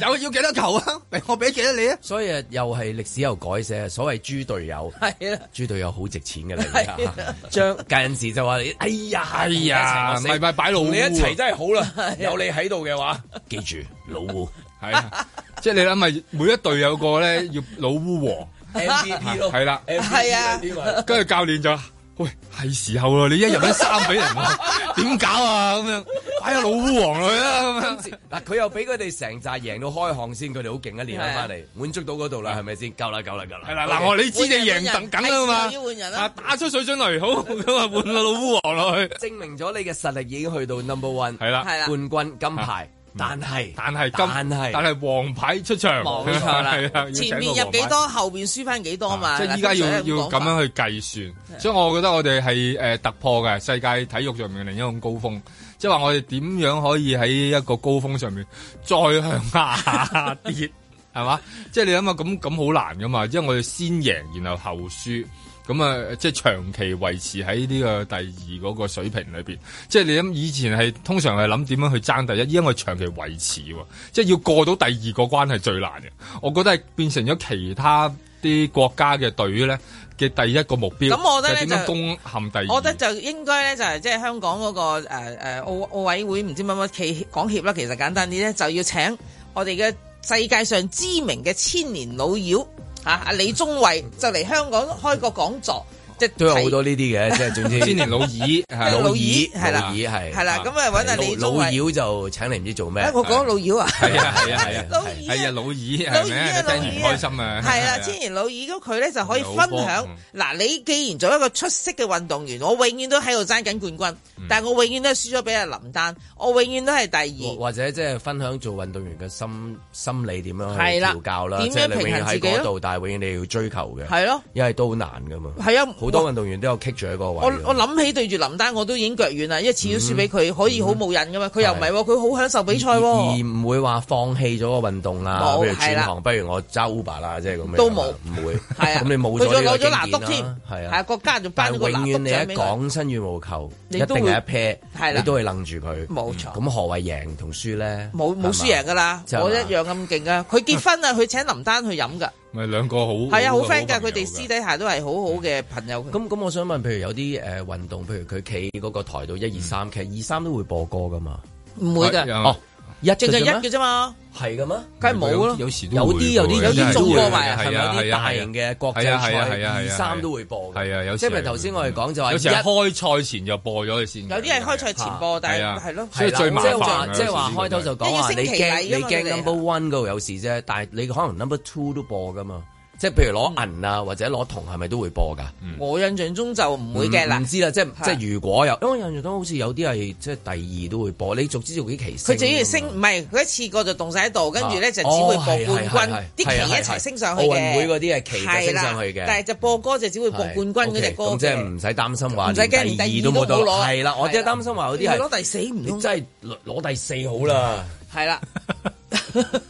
S3: 有要幾多球啊？我俾幾多你啊？
S2: 所以又係歷史又改寫，所謂豬隊友，
S4: 係啦，
S2: 豬隊友好值錢嘅啦，而
S4: 係
S2: 家
S4: 啊
S2: 將近時就話你，哎呀，
S3: 哎呀
S2: 同你一齊我死
S3: 咪咪擺老烏啊
S2: 同你一齊真係好啦，
S3: 係啊
S2: 有你喺度嘅話，記住老烏
S3: 係啊，即係你諗下，每一隊有個咧要老烏王。
S2: MVP (laughs) 咯，
S3: 係啦
S4: 係啊，
S3: (laughs) 跟住教練就話：喂，係時候啊咯，你一入緊三比零 (laughs) 喎，點搞啊？咁樣擺個老烏王落去啦，咁樣
S2: 今次嗱，佢又俾佢哋成扎贏到開項先，佢哋好勁一年翻翻嚟，滿足到嗰度啦，係咪先？夠啦，夠啦，夠啦。
S3: 係啦，嗱我你知你
S2: 換人
S3: 贏等梗啦
S2: 係
S3: 嘛
S2: 時候要換人，啦
S3: 啊打出水準雷好，咁啊換個老烏王落去，
S2: 證明咗你嘅實力已經去到 number one，
S3: 係啦係啦
S2: 冠軍金牌，但係
S3: 但係今
S2: 但係
S3: 但係黃牌出場，
S4: 冇錯啦
S3: (laughs) 係啊要請個
S4: 前面入幾
S3: 黃牌
S4: 多，後邊輸翻幾多嘛？
S3: 即係依家要
S4: 嗱
S3: 要咁樣去計算，所以我覺得我哋係誒突破嘅世界體育上面嘅另一種高峰，即係話我哋點樣可以喺一個高峰上面再向下跌，係嘛？即係你諗下咁咁好難噶嘛，即係我哋先贏然後後輸。咁啊，即係長期維持喺呢個第二嗰個水平裏邊，即係你諗以前係通常係諗點樣去爭第一，因為長期維持喎，即係要過到第二個關係最難嘅。我覺得係變成咗其他啲國家嘅隊咧嘅第一個目標，
S4: 咁我覺得
S3: 就
S4: 咧
S3: 點樣
S4: 就
S3: 攻陷第二。
S4: 我覺得就應該咧，就係即係香港嗰、個誒誒、呃奧奧委會唔知乜乜企港協啦，其實簡單啲咧，就要請我哋嘅世界上知名嘅千年老妖啊，阿李宗偉就嚟香港開個講座，即係
S2: 都有好多呢啲嘅，即係總
S3: (laughs)
S2: 之
S3: 千年老矣，
S4: 係 (laughs) 老
S2: 老
S4: 矣
S2: 矣
S4: 係啦
S2: 老矣係
S4: 係啦咁啊揾阿李
S2: 哎老
S4: 宗偉
S2: 老妖就請你唔知做咩
S4: 啊，我講老妖啊，
S3: 係啊係啊係啊，
S4: (laughs) 老
S3: 係啊老矣
S4: 老
S3: 係
S4: 耳啊
S3: 咪？真唔開心啊！
S4: 係啦，
S3: (laughs) 係
S4: 千年老矣咁佢咧就可以分
S3: 有幫
S4: 享嗱，你既然做一個出色嘅運動員，我永遠都喺度爭緊冠軍，但係我永遠都係輸咗俾阿林丹，我永遠都係第二。
S2: 或者即係分享做運動員嘅心心理點樣去
S4: 係啦
S2: 調教啦，
S4: 點樣
S2: 即係你永遠
S4: 平衡自
S2: 喺
S4: 己咯
S2: 嗰度，但係永遠你要追求嘅，
S4: 係咯，
S2: 因為都好難噶嘛，
S4: 係啊
S2: 好好多運動員都有棘住喺個位
S4: 我
S2: 㗎。
S4: 我諗起對住林丹，我都已經腳軟啦，因為次要輸俾佢，可以好冇癮噶嘛。佢又唔係喎，佢好享受比賽
S2: 而
S4: 喎。
S2: 唔會話放棄咗個運動啦，
S4: 冇
S2: 譬如
S4: 係
S2: 轉
S4: 啦
S2: 行，不如我周 Uber 啦，即係咁樣。啊
S4: 都冇
S2: 唔會。
S4: 係啊
S2: 咁你冇
S4: 佢
S2: 咗
S4: 仲
S2: 呢個
S4: 攞
S2: 經
S4: 咗拿督
S2: 驗
S4: 添
S2: 啦，，係
S4: 係
S2: 啊
S4: 啊，。國家仲
S2: 但
S4: 頒咗
S2: 係
S4: 個拿
S2: 永遠
S4: 督
S2: 你
S4: 獎俾
S2: 一
S4: 佢。
S2: 講新羽毛球，一
S4: 你
S2: 定
S4: 都會
S2: 係一 pair，
S4: 係啦
S2: 你都係楞住佢。
S4: 冇錯
S2: 咁何謂贏同輸咧？
S4: 冇冇輸贏噶啦，
S2: 係嘛
S4: 我一樣咁勁啊！佢結婚啊，佢請林丹去飲噶，
S3: 咪兩個好
S4: 係啊，好
S3: 㗎，
S4: friend 㗎，佢哋私底下都係好好嘅朋友。
S2: 咁咁，我想問，譬如有啲誒運動，譬如佢企嗰個台度一二
S3: 嗯
S2: 三，其實二三都會播歌噶嘛？
S4: 唔會㗎
S2: 哦，一
S4: 淨
S2: 嘅
S4: 係一
S2: 啫咩
S4: 嘅啫嘛，
S2: 係嘅咩？
S4: 梗係冇咯。
S3: 有時都
S2: 有
S3: 會
S2: 啲有啲
S3: 喎
S2: 有
S3: 真
S2: 啲
S3: 係
S2: 中
S3: 會
S2: 國
S3: 嘅
S2: 埋係咪
S3: 係啊
S2: 有啲
S3: 係啊
S2: 大型嘅國際
S3: 係啊係啊
S2: 賽
S3: 係啊係啊
S2: 二
S3: 係啊
S2: 三都會播嘅？
S3: 係啊，有時
S2: 即係譬如頭先我哋講就話
S3: 有時係
S2: 一。
S3: 開賽前就播咗佢先嘅。
S4: 有啲係開賽前播，但
S3: 啊
S4: 係係咯，
S3: 所以最麻煩
S2: 即係話
S3: 啊
S2: 即係話
S3: 有時呢個
S2: 開頭就講話你
S4: 一個星期
S2: 驚
S4: 嚟㗎
S2: 你
S4: 嘛
S2: 驚
S4: 佢哋
S2: number one 嗰度有事啫，但係你可能 number two 都播噶嘛。即係譬如攞
S4: 嗯
S2: 銀啊，或者攞銅係咪都會播
S3: 嗯
S2: 㗎？
S4: 我印象中就唔會嘅啦
S2: 唔。知啦，即係
S4: 係
S2: 即係如果有，因為印象中好似有啲係即係第二都會播，你逐之逐啲期
S4: 佢自己升，唔係佢一次過就凍晒喺度，跟住咧就只會
S2: 哦
S4: 播
S2: 係係
S4: 冠軍，
S2: 係
S4: 啲
S2: 係
S4: 旗
S2: 係
S4: 一齊升上去嘅。
S2: 奧運會嗰啲係旗就升
S4: 係啦
S2: 上去嘅
S4: 但係就播歌就只會播冠軍嗰隻歌
S2: 咁即係
S4: 嘅。
S2: 唔使擔心話
S4: 唔使
S2: 連第
S4: 驚連
S2: 二
S4: 第
S2: 都
S4: 二
S2: 冇
S4: 都
S2: 到
S4: 冇攞
S2: 係啦，我
S4: 係
S2: 即係
S4: 啦
S2: 擔心話有啲
S4: 你
S2: 係
S4: 攞第四唔
S2: 你
S4: 通
S2: 真係攞攞第四好啦， (laughs)
S4: 係啦，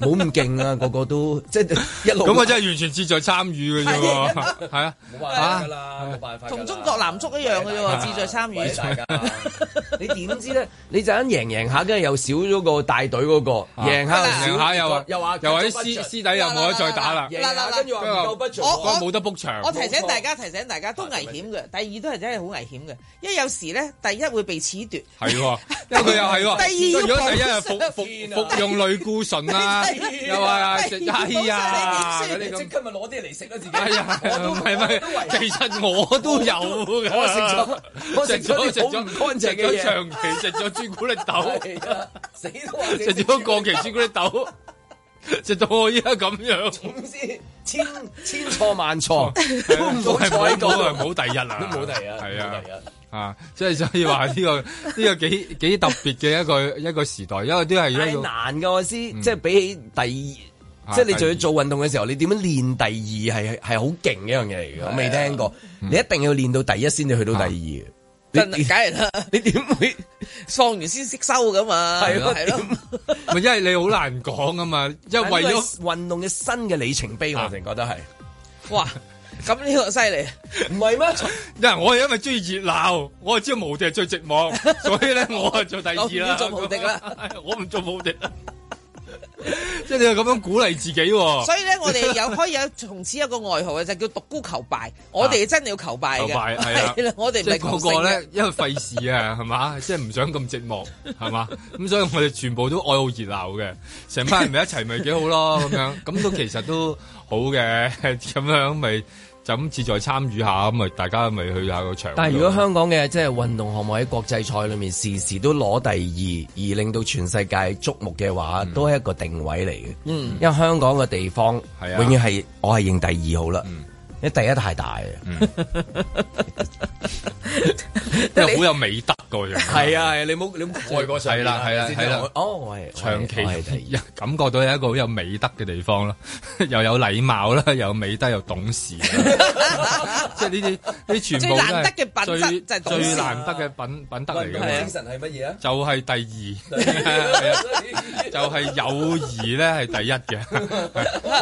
S2: 冇咁勁 (laughs) 啊，個個都即係一路
S3: 咁我真係完全志在參與嘅啫喎，係啊，
S2: 冇辦法㗎啦，冇辦法㗎啦
S4: 同中國男足一樣嘅啫喎，志在參與。
S2: 喂大家， (laughs) 你點知咧？你就咁贏贏下，跟住又少咗個帶隊嗰個，贏下又
S3: 贏
S2: 少
S3: 啊下又
S2: 啊又話
S3: 又話啲師師弟又冇得再打啦，
S2: 贏下跟住話唔夠不著
S4: 我
S3: 不過冇得 book 場。
S4: 我提醒大家，提醒大家都危險嘅。第二都係真係好危險嘅，因為有時咧，第一會被褫奪，
S3: 係喎，因為佢又係喎。
S4: 第二要
S3: 如果第一係
S4: 補
S3: 服服服用類固醇啦，
S4: 第
S3: 又話食
S4: 第二
S3: 哎呀嗰啲
S2: 即
S3: 咁，
S2: 刻咪攞啲嚟食啦自己。
S3: 哎呀，
S2: 我都
S3: 唔係咪？其實我都有㗎，
S2: 我食咗我食咗啲好唔乾淨嘅嘢
S3: 食咗長期食咗朱古力豆。
S2: 係啊死都
S3: (laughs)
S2: 話
S3: 食咗過期朱古力 (laughs) 豆，食到我依家咁樣，
S2: 總之千千錯萬錯，都唔好
S3: 哦
S2: 錯
S3: 係
S2: 喺
S3: 冇係
S2: 度，
S3: 冇第一啦，
S2: 都冇第一，
S3: 係
S2: 冇
S3: 啊
S2: 第。一。
S3: 啊，即係所以話呢、個 (laughs) 呢、個幾幾特別嘅一個一個時代，因為都係
S2: 太
S3: 一個
S2: 難噶，我思，
S3: 嗯
S2: 即係比起第二，即係你仲要做運動嘅時候，你點樣練第二係係好勁嘅一樣嘢嚟嘅，
S3: 啊
S2: 我未聽過。
S3: 嗯
S2: 你一定要練到第一先至去到第二嘅，
S4: 真
S2: 你
S4: 係梗係啦，
S2: 你點會
S4: 喪完先識收噶嘛，
S2: 係咯
S4: 係
S3: 啊
S4: 咯。
S3: 咪因為你好難講啊嘛，因為為
S2: (laughs) 為
S3: 咗
S2: 咗運動嘅新嘅里程碑，我成覺得
S3: (laughs)
S2: 係
S4: 哇！咁呢個犀利，
S2: 唔係咩？
S3: 因為我係因為中意熱鬧，我係知道無敵係最寂寞，所以咧我係做第二啦，
S4: 我唔做無敵啦
S3: 咁， (laughs) 我唔做無敵啦， (laughs) 即係你要咁樣鼓勵自己喎、
S4: 所以咧，我哋
S3: (laughs)
S4: 有可以有從此有個外號嘅，就叫獨孤求敗。我哋真係要求敗
S3: 啊求
S4: 嘅，
S3: 敗係啊
S4: 啦，我哋唔
S3: 即係
S4: 係
S3: 個
S4: 求
S3: 個
S4: 勝嘅
S3: 咧，因為費事啊，係 (laughs) 嘛，即係唔想咁寂寞，係嘛，咁所以我哋全部都愛好熱鬧嘅，成班人咪一齊咪幾好 (laughs) 咯，咁樣，咁都其實都好嘅， (laughs) 咁樣咪就咁志在參與下，咁咪大家咪去下個場。
S2: 但係如果香港嘅即係運動項目喺國際賽裏面時時都攞第二，而令到全世界矚目嘅話，
S3: 嗯
S2: 都係一個定位嚟嘅。
S4: 嗯，
S2: 因為香港嘅地方
S3: 係啊嗯
S2: 永遠係我係認第二好啦，因為第一太大啊。
S3: 即係好有美德個樣，
S2: 係啊，係你冇你冇蓋過
S3: 係啊啦係啦係啦
S2: 哦，我係
S3: 長
S2: 我係第
S3: 期
S2: 二。
S3: 感覺到係一個好有美德嘅地方啦， (laughs) 又有禮貌啦，又 (laughs) 有美德，又懂事
S4: (laughs)
S3: 啦，即係呢啲呢啲全部都係
S4: 最難得嘅品質就係懂
S3: 最
S4: 事
S3: 最難得嘅品品德嚟嘅嘛。
S2: 神係乜嘢啊？
S3: 就係 (laughs) 第二，就係友誼咧係第一嘅。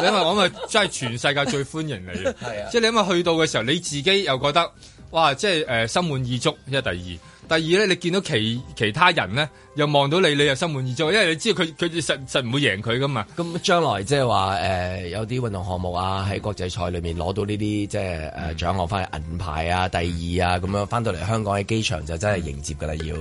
S3: 你咪我咪真係全世界最歡迎你
S2: 係啊
S3: 嘅，即係你咪去到嘅時候，你自己又覺得哇，即係誒心滿意足，因為第二。第二咧，你見到其其他人咧，又望到你，你又心滿意足，因為你知道佢佢實實唔會贏佢噶嘛。
S2: 咁將來即係話誒有啲運動項目啊，喺國際賽裏面攞到呢啲即係誒獎項翻嚟銀牌啊、第二啊咁樣，翻到嚟香港喺機場就真係迎接㗎啦，要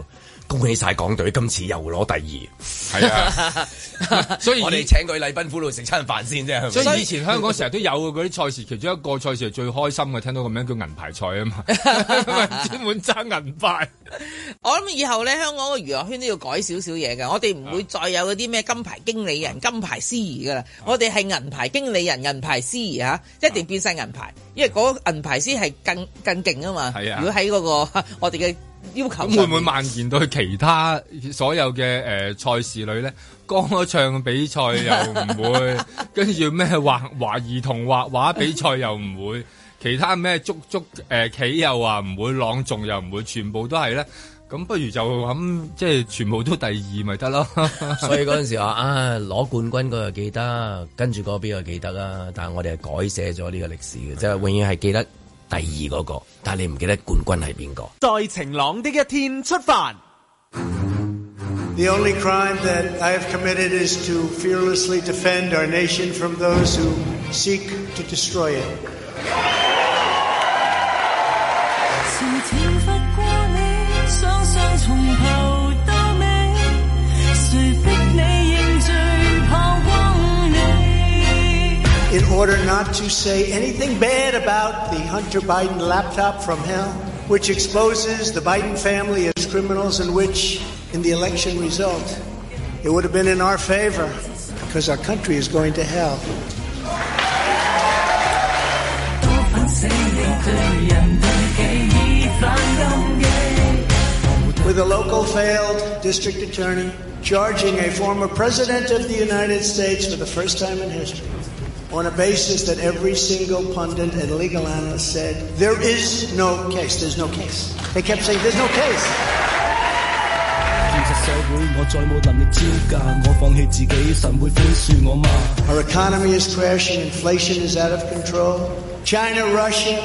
S2: 恭喜晒港隊今次又攞第
S3: 係啊，
S2: 二， (laughs)
S3: 所以
S2: 我哋請佢禮賓府度食餐飯先啫，係咪
S3: (laughs) 所以以前香港成日都有嗰啲賽事，其中一個賽事係最開心嘅，聽到個名叫銀牌賽啊 (laughs) 嘛，專門爭銀牌。
S4: 我諗以後咧，香港嘅娛樂圈都要改少少嘢嘅。我哋唔會再有嗰啲咩金牌經理
S3: 啊
S4: 人、金牌司儀噶啦。我哋係銀牌經理人、銀牌司儀嚇，一定變晒銀牌，因為嗰個銀牌先係更更勁啊嘛。
S3: 係啊
S4: 如果喺嗰個 (laughs) 我哋嘅要求上
S3: 咁會
S4: 面，
S3: 唔會蔓延到去其他所有嘅呃誒賽事裏咧？歌唱比賽又唔會，跟住咩畫畫兒童畫畫比賽又唔會。其他咩足足誒棋又話唔會，朗誦又唔會，全部都係咧。咁不如就咁，即係全部都第二咪得咯。
S2: (laughs) 所以嗰陣時話啊，攞冠軍嗰個記得，跟住嗰邊個記得啦。但係我哋係改寫咗呢個歷史嘅，即係永遠係記得第二嗰個，但係你唔記得冠軍係邊個。
S5: 在晴朗的一天出發。
S11: The only crime that I have committed is to fearlessly defend our nation from those who seek to destroy it.
S8: 潮天拂過你，雙雙從頭到尾，誰逼你認罪炮轟你？
S11: In order not to say anything bad about the Hunter Biden laptop from hell, which exposes the Biden family as criminals, and which, in the election result, it would have been in our favor because our country is going to hell.
S8: 多反省你對人對己已反感激。
S11: with a local failed district attorney charging a former president of the United States for the first time in history on a basis that every single pundit and legal analyst said there is no case, there's no case. They kept saying there's no case.
S13: 現實社會，我再冇能力招架，我放棄自己，神會寬恕我嗎？
S11: Our economy is crashing, inflation is out of control. China, Russia,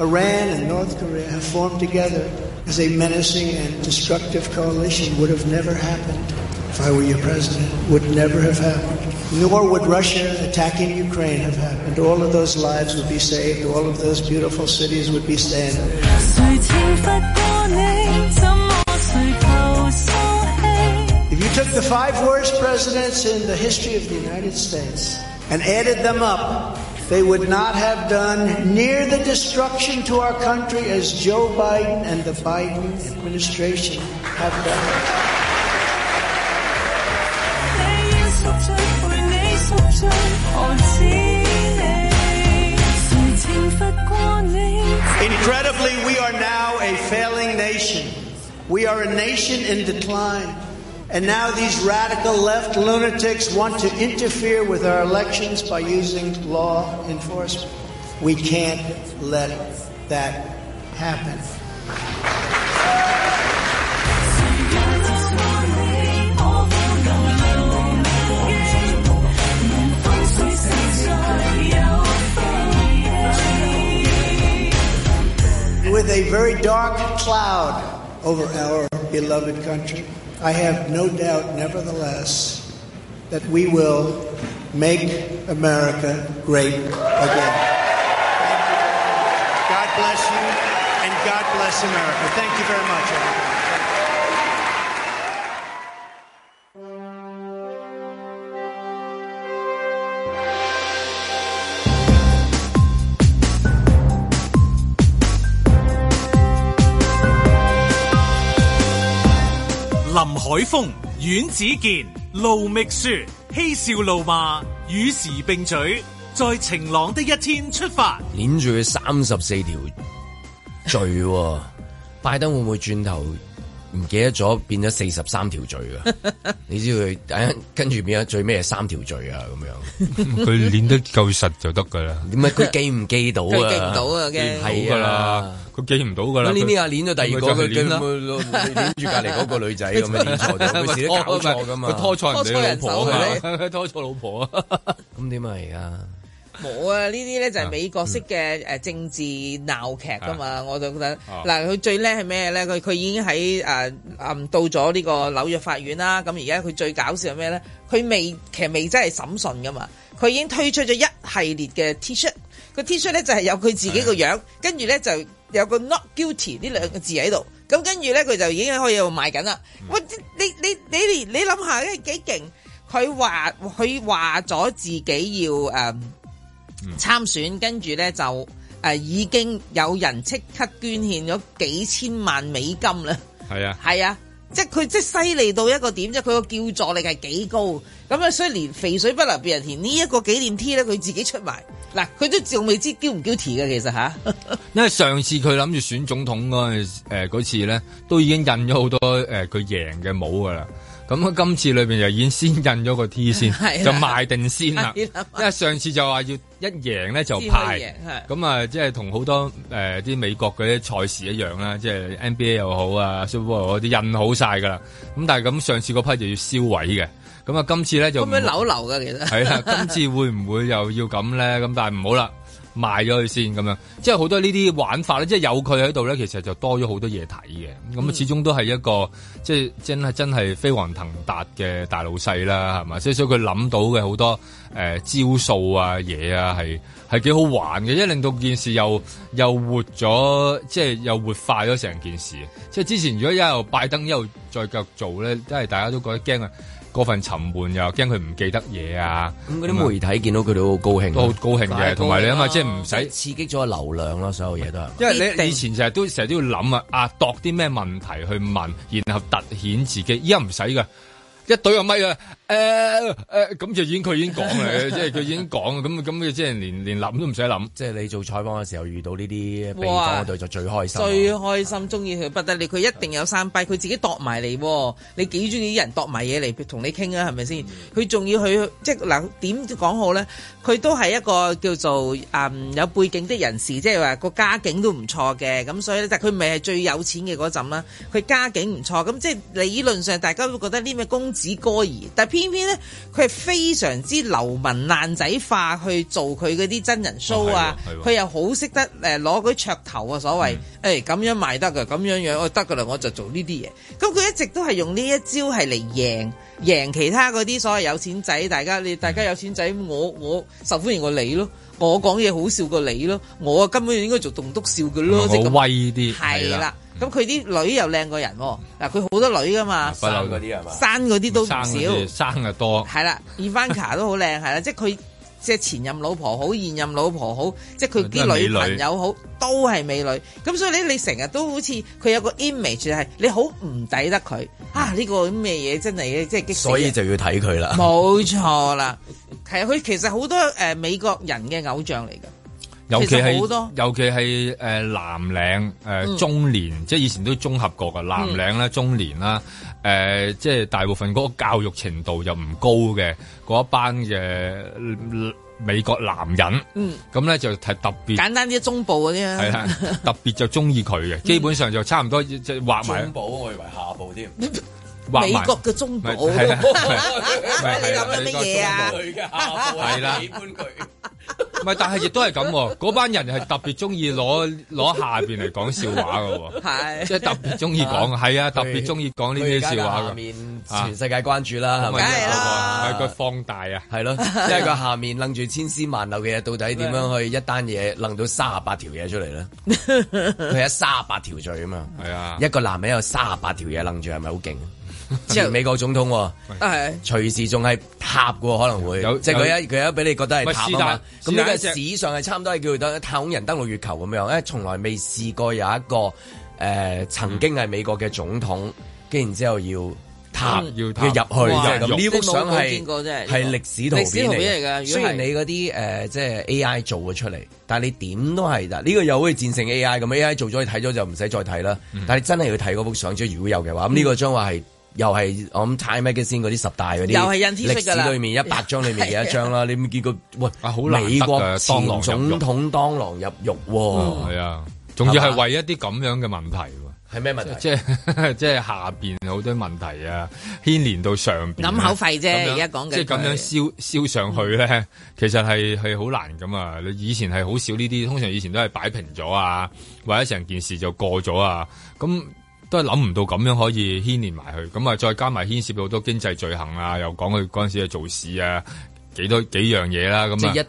S11: Iran, and North Korea have formed together as a menacing and destructive coalition. Would have never happened if I were your president. Would never have happened. Nor would Russia attacking Ukraine have happened. All of those lives would be saved. All of those beautiful cities would be standing.
S8: 誰懲罰過你？怎麼誰投訴棄？
S11: If you took the five worst presidents in the history of the United States and added them up, they would not have done near the destruction to our country as Joe Biden and the Biden administration have done.
S8: 你要贖罪，陪你贖罪，何止你？誰懲罰過你？
S11: Incredibly, we are now a failing nation. We are a nation in decline. And now these radical left lunatics want to interfere with our elections by using law enforcement. We can't let that happen.
S8: 誰
S11: With a very dark cloud over our beloved country, I have no doubt, nevertheless, that we will make America great again. God bless you, and God bless America. Thank you very much. everybody.
S1: 林海峰、阮子健、盧覓雪，嬉笑怒罵，與時並舉，在晴朗的一天出發。
S2: 捻住佢三十四條罪喎，拜登會唔會轉頭唔記得咗變咗四十三條罪
S3: (laughs)
S2: 啊？你知佢哎跟住變咗最咩三條罪啊？咁樣
S3: 佢練得夠實就得噶啦。
S2: 點解佢記唔記到啊？
S3: 佢記唔到啊
S2: 記唔
S3: 好
S2: 係
S3: 噶
S2: 啊
S3: 啦。，佢記唔到噶啦。
S2: 咁呢啲啊，攣咗第二個，佢
S3: 佢就係
S2: 佢
S3: 攣啦
S2: 佢攣住隔離嗰個女仔咁樣攣錯咗，佢事都搞錯噶嘛，
S3: (laughs) 佢拖錯人哋老婆啊 (laughs)
S2: 係咪
S3: 嘛，拖錯老婆啊。
S2: (laughs) 咁點啊而家？
S4: 冇啊！呢啲咧就係美國式嘅誒政治鬧劇噶嘛，我就覺得
S2: 啊
S4: 嗱，佢最叻係咩咧？佢佢已經喺誒誒到咗呢個紐約法院啦。咁而家佢最搞笑係咩咧？佢未其實未真係審訊噶嘛，佢已經推出咗一系列嘅 T-shirt，個 T-shirt 咧就係有佢自己個樣，跟住咧就有個 not guilty 呢兩個字喺度。咁跟住咧佢就已經可以喺度賣緊啦。喂，你你你你你諗下，咧幾勁？佢話佢話咗自己要誒。參選，跟住咧就誒、呃已經有人即刻捐獻咗幾千萬美金啦。
S3: 係啊。
S4: 係啊，即係佢即係犀利到一個點啫，佢個叫助力係幾高。咁啊，所以連肥水不流別人田呢一個紀念 T 咧，佢自己出埋。嗱，佢都仲未知 guilt 唔 guilty 嘅，其實吓。
S3: 因為上次佢諗住啊呃選總統嗰陣時誒嗰次咧，都已經印咗好多誒佢贏嘅帽噶啦。咁啊今次裏邊就已經先印咗個
S4: (laughs)
S3: T 先
S4: 係，啦
S3: 就賣定先啦。
S4: 係啦
S3: 因為上次就話要一贏咧就
S4: 先可以贏
S3: 派
S4: 係，
S3: 咁啊即係同好多誒啲美國嗰啲賽事一樣啦，即係 NBA 又好啊 Super Bowl 又好啲印好晒㗎啦。咁但係咁上次嗰批就要銷毀嘅，咁啊今次咧就
S4: 咁樣
S3: 唔
S4: 扭流噶，其實
S3: 係啦，今次會唔會又要咁咧？咁但係唔好啦，賣咗佢先咁樣，即係好多呢啲玩法咧，即係有佢喺度咧，其實就多咗好多嘢睇嘅。咁啊，始終都係一個即係真係真係飛黃騰達嘅大老細啦，係嘛？即係所以佢諗到嘅好多誒、呃招數啊嘢啊，係係幾好玩嘅，因為令到件事又又活咗，即係又活化咗成件事。即係之前如果一路拜登一路再繼續做咧，真係大家都覺得驚啊！過份沉悶又驚佢唔記得嘢啊！
S4: 嗯
S2: 咁嗰啲媒體見到佢哋好高啊興，
S3: 都好高興嘅，同埋你諗下，即係唔使
S2: 刺激咗流量咯，所有嘢都係。
S3: 因為你以前成日都成日都要諗啊，啊度啲咩問題去問，然後突顯自己，依家唔使噶。一懟個咪啊！誒、誒，咁、就已經佢已經講啦，
S4: (laughs)
S3: 即係佢已經講，咁咁佢即係連連諗都唔使諗。
S2: 即係你做採訪嘅時候遇到呢啲
S4: 被訪嗰隊
S2: 就最啊開
S4: 最開心，中意佢不得了，佢一定有三拜，佢自己度埋嚟喎。你幾中意啲人度埋嘢嚟同你傾啊？係咪
S8: 嗯
S4: 先？佢仲要去即係嗱點講好咧？佢都係一個叫做嗯有背景的人士，即係話個家境都唔錯嘅。咁所以咧，但係佢唔係最有錢嘅嗰陣啦，佢家境唔錯。咁即係理論上大家都會覺得呢咩公子哥兒，但係偏偏咧佢係非常之流民爛仔化去做佢嗰啲真人 show 啊
S8: 哦係喎係，喎
S4: 佢又好識得誒攞嗰啲噱頭啊，所謂
S3: 嗯
S4: 誒咁樣賣得㗎，咁樣樣我得㗎啦，我就做呢啲嘢。咁佢一直都係用呢一招係嚟贏贏其他嗰啲所謂有錢仔，大家
S3: 嗯
S4: 你大家有錢仔，我我受歡迎過你咯，我講嘢好笑過你咯，我根本應該做棟篤笑嘅咯，即係
S3: 我
S4: 咁
S3: 嗯威啲
S4: 係啦。咁佢啲女又靚過人喎，嗱佢好多女噶嘛，
S3: 啊不嬲嗰啲係嘛
S4: 生嗰啲都唔
S3: 生嗰
S4: 少
S3: 啲。生嘅多，
S4: 係啦 Ivanka 都好靚，係啦，即係佢即係前任老婆好，現任老婆好，即係佢
S3: 都係
S4: 啲
S3: 美
S4: 女
S3: 女
S4: 朋友好，都係美女。咁所以咧，你成日都好似佢有個 image 就係你好唔抵得佢啊！
S3: 嗯
S4: 呢、個咩嘢真係即係激死
S2: 所
S4: 人
S2: 以就要睇佢啦。
S4: 冇錯啦，係佢其實好多誒、呃美國人嘅偶像嚟㗎。
S3: 尤其
S4: 其實好
S3: 係
S4: 多
S3: 尤其係誒、呃南嶺誒、
S4: 嗯
S3: 呃中年，即係以前都綜合過噶南嶺啦、中年啦，誒、即係大部分嗰個教育程度又唔高嘅嗰一班嘅呃美國男人，
S4: 嗯，
S3: 咁咧就係特別
S4: 簡單嗯啲中部嗰啲啊，
S3: 係
S4: (laughs)
S3: 啦，特別就中意佢嘅，基本上就差唔多即係畫埋
S2: 中保我以為下部添。
S3: 畫埋
S4: 美國嘅中部，
S3: 咪
S4: 你
S3: 係啊啦
S4: (laughs)
S3: (laughs)
S4: 諗緊乜嘢啊？
S3: 係啦， (laughs) 唔係，但係亦都係咁喎，嗰班人係特別中意攞攞下邊嚟講笑話嘅
S2: (laughs)
S3: 喎。
S4: 係
S3: 即係特別中意講，係啊，特別中意講呢啲笑
S2: 佢而家
S3: 話
S2: 下
S3: 㗎
S2: 面全世界關注啦，係咪？
S3: 梗係啦
S2: 係
S3: 佢放大啊，
S2: 係
S3: (laughs)
S2: 咯，即係佢下面楞住千絲萬縷嘅嘢，到底點樣去一單嘢楞到三十八條嘢出嚟
S3: (laughs)
S2: 咧？佢有三十八條罪啊嘛，
S3: 係啊，
S2: 一個男人有三十八條嘢楞住，係咪好勁？前美國總統喎。
S4: 係
S2: 隨時仲係塔嘅喎可能會，即係佢一佢一俾你覺得係塔
S3: 喂是
S2: 啊
S3: 但
S2: 嘛。咁呢
S3: 是但
S2: 個
S3: 一隻
S2: 史上係差唔多係叫做太空人登陸月球咁樣，誒從來未試過有一個誒、呃曾經係美國嘅總統，跟然之後要塔
S3: 嗯要塔
S2: 入去，即係咁呢
S3: 哇
S2: 幅
S4: 真係冇
S2: 相
S4: 冇見過真
S2: 係
S4: 係
S2: 係歷史圖
S4: 歷史圖
S2: 片
S4: 片嚟
S2: 嚟
S4: 㗎如果係
S2: 嘅。雖然你嗰啲誒即係 AI 做咗出嚟，但係你點都係㗎。呢個又好似戰勝 AI 咁，AI 做咗你睇咗就唔使再睇啦。但係你真係要睇嗰幅相，即係如果有嘅話，咁呢個將話係。又係我諗 Time Magazine 嗰啲十大嗰啲，
S4: 又係印 T 恤
S2: 歷
S4: 㗎啦
S2: 史裏面一百張裏面有一張啦，你唔見過？喂，好
S3: 難得
S2: 美國
S3: 㗎當狼
S2: 前
S3: 入
S2: 總
S3: 獄
S2: 統當狼入獄喎，
S3: 係啊，仲要係為一啲咁樣嘅問題喎。
S2: 係咩問題？
S3: 即係 (laughs) 即係下邊好多問題啊，牽連到上邊啊。
S4: 揞口費啫
S3: 咁樣
S4: 而家講緊嗯
S3: 即係咁樣燒燒上去咧，其實係係好難噶嘛。你以前係好少呢啲，通常以前都係擺平咗啊，或者成件事就過咗啊。咁都係諗唔到咁樣可以牽連埋去，咁啊再加埋牽涉到好多經濟罪行啊，又講佢嗰陣時嘅做市啊，幾多幾樣嘢啦，咁啊
S2: 即係一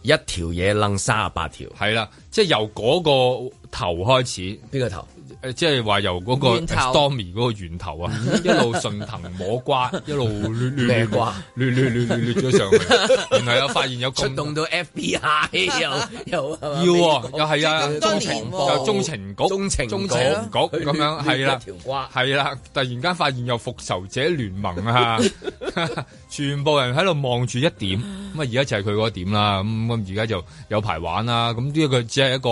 S2: 條一條嘢楞三十八條，
S3: 係啦，即係由嗰個頭開始，
S2: 邊個頭？
S3: 誒，即係話由嗰個呃
S2: 源頭嗯
S3: Stormy 嗰個源頭啊，一路順藤摸瓜，一路捋捋
S2: 咩
S3: 捋
S2: 瓜
S3: 捋捋捋捋捋咗
S2: (laughs)
S3: 上去，然後又發現有咁
S2: 出動到 (laughs) FBI 又又係嘛
S3: 要喎
S2: 美，國
S3: 又係啊，
S2: 中
S3: 中情
S2: 情
S3: 又
S2: 部
S3: 中情局，中情
S2: 局
S3: 中情局咁樣係啦
S2: 一條瓜，
S3: 係啦，突然間發現有復仇者聯盟啊，全部人喺度望住一點，咁啊而家就係佢嗰點啦，咁咁而家就有排玩啦，咁呢個只係一個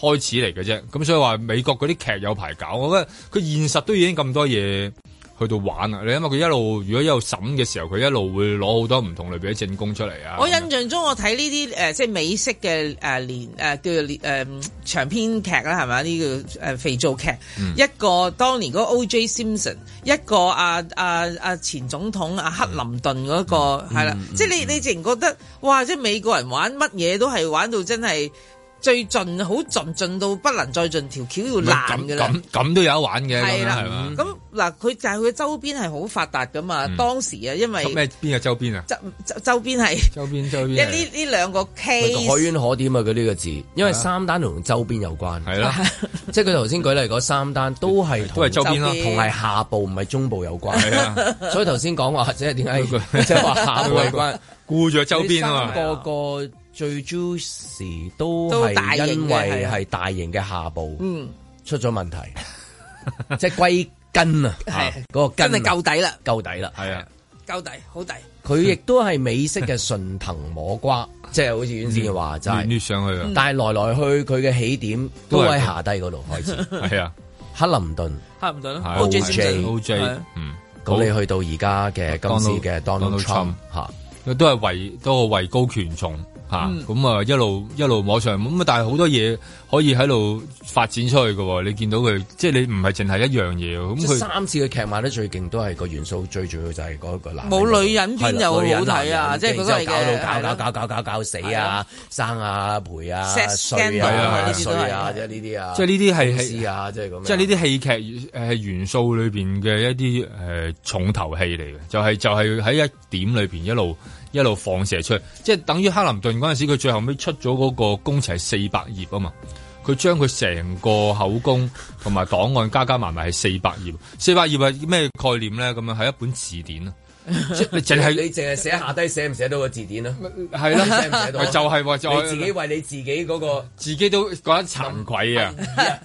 S3: 開始嚟嘅啫，咁所以話美國嗰啲劇有排搞，我覺得佢現實都已經咁多嘢。去到玩啊！你諗下佢一路如果一路審嘅時候，佢一路會攞好多唔同類別嘅證供出嚟啊！
S4: 我印象中我睇呢啲呃誒即係美式嘅誒連誒叫做連誒長篇劇啦，係咪呢個誒肥皂劇？
S3: 嗯
S4: 一個當年嗰個 O.J. Simpson，一個啊啊啊前總統啊克林頓嗰、個
S3: 嗯
S4: 係啦，即係你你直然覺得哇！即係美國人玩乜嘢都係玩到真係最盡，好盡盡到不能再盡，條橋要爛㗎啦
S3: 咁。咁都有得玩嘅，咁
S4: 係
S3: 樣係
S4: 啦
S3: 嘛，？
S4: 咁嗱，佢就係佢周邊係好發達噶嘛。
S3: 嗯
S4: 當時啊，因為
S3: 咩邊個周邊啊？
S4: 周周周邊係
S3: 周邊周
S4: 一
S2: 邊係
S4: 呢呢兩個
S2: 可
S4: case
S2: 圈可點啊！佢呢個字，因為三單同周邊有關，係
S3: 啦，
S2: (laughs) 即係佢頭先舉例嗰三單都係
S3: 都
S2: 同
S3: 係周邊咯
S2: 同係下部唔係中部有關，
S3: 係啊
S2: 所以頭先講話即係
S3: (laughs)
S2: 點解即係話下部有關，
S3: 顧住周邊啊嘛
S2: 你三個個最 juicy 都
S4: 都大
S2: 係因
S4: 型嘅
S2: 為係大型嘅下部
S4: 嗯
S2: 出咗問題， (laughs) 即係歸根啊，
S4: 係
S2: 嗰個根啊
S4: 真係夠底啦，
S2: 夠底啦，
S3: 係啊。
S4: 夠底好底。
S2: 佢亦都係美式嘅順藤摸瓜，即係好似遠先嘅話就係嗯
S3: 攣上
S4: 嗯
S3: 去啊
S2: 但係來來去佢嘅起點都喺下低
S4: (laughs)
S2: 嗰度開始。
S3: 係啊，
S2: 克林頓
S4: 克林頓啦
S2: 係
S4: O.J.
S2: OJ
S4: Simpson
S3: OJ
S4: 係
S3: 啊嗯，
S2: 咁你去到而家嘅今次嘅 Donald Trump 嚇。
S3: 都係位都係位高權重嚇，
S2: 嗯
S3: 咁啊一路一路摸上咁啊，但係好多嘢可以喺度發展出去嘅喎。你見到佢，即係你唔係淨係一樣嘢喎
S2: 即
S3: 咁
S2: 係
S3: 佢
S2: 三次嘅劇碼咧，最勁都係個元素最重要就係嗰個男
S4: 冇女人片
S2: 係啦
S4: 又好
S2: 女人
S4: 睇啊
S2: 男人
S4: 即係
S2: 跟
S4: 嗰
S2: 住
S4: 個
S2: 之後搞
S4: 係
S2: 到
S4: 嘅
S2: 搞搞搞搞搞死啊，生啊陪啊
S4: Sex
S2: 睡
S4: scandal 啊
S2: 啊
S4: 呢啲都係
S2: 睡啊，即係呢啲啊，
S3: 即係呢啲係
S2: 公司啊，即係咁樣。
S3: 即係呢啲戲劇誒元素裏邊嘅一啲誒、呃重頭戲嚟嘅，就係、就係、喺一點裏邊一路一路放射出去，即係等於克林頓嗰陣時，佢最後尾出咗嗰個工程係四百頁啊嘛。佢將佢成個口供同埋檔案加加埋埋係四百頁，四百頁係咩概念咧？咁樣係一本字典啊！即係你淨係
S2: 你淨係寫下低寫唔寫到個字典啊？
S3: 係
S2: (laughs)
S3: 啦
S2: 你寫唔寫到啊？
S3: 咪就係話就係
S2: 你自己為你自己嗰個。
S3: 自己都覺得慚愧啊！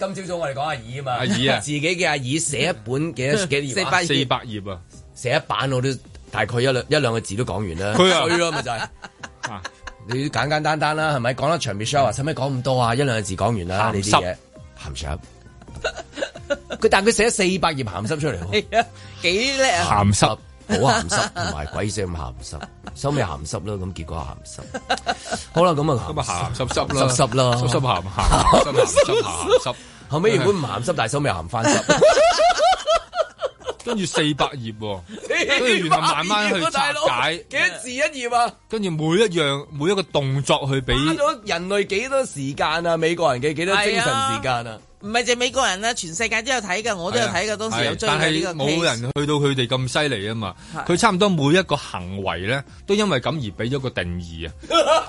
S3: (laughs)
S2: 今朝早我哋講阿姨啊嘛，
S3: 阿姨啊嗯
S2: 自己嘅阿姨寫一本幾多幾多頁啊
S3: 四百頁啊！
S2: 寫一版我都大概一兩一兩個字都講完啦。
S3: 佢啊
S2: 衰咯咪就
S3: (laughs)
S2: 係。你簡簡單單啦，係咪講得長 Michelle 話使唔使講咁多啊？一兩個字講完啦，
S3: 嗯鹹
S2: 你啲
S3: 濕
S2: 嘢鹹濕。佢但係佢寫四百頁鹹濕出嚟
S3: (laughs)
S2: 喎，
S4: 係啊，幾叻啊！
S3: 鹹濕
S2: 好鹹濕，同埋鬼死咁鹹濕，收尾鹹濕啦，咁結果鹹濕。
S3: (laughs)
S2: 好啦，咁啊
S3: 咁啊鹹濕濕啦
S2: 濕濕啦，
S3: 濕濕鹹鹹濕鹹濕鹹濕。
S2: 後尾原本唔鹹濕，但係收尾鹹翻濕。
S3: 跟住四百頁 (laughs) 喎，跟
S4: (laughs)
S3: 住然後慢慢去拆 (laughs) 解，
S2: 幾多字一頁啊？
S3: 跟住每一樣每一個動作去俾
S2: 花咗人類幾多時間啊？美國人嘅幾多精神時間啊？
S4: 唔係淨係美國人啦，全世界都有睇㗎，我都有睇㗎。當時有
S3: 係啊
S4: 追
S3: 但
S4: 嘅呢
S3: 係
S4: 個
S3: 冇
S4: case
S3: 人去到佢哋咁犀利啊嘛！
S4: 係
S3: 佢差唔多每一個行為咧，都因為咁而俾咗個定義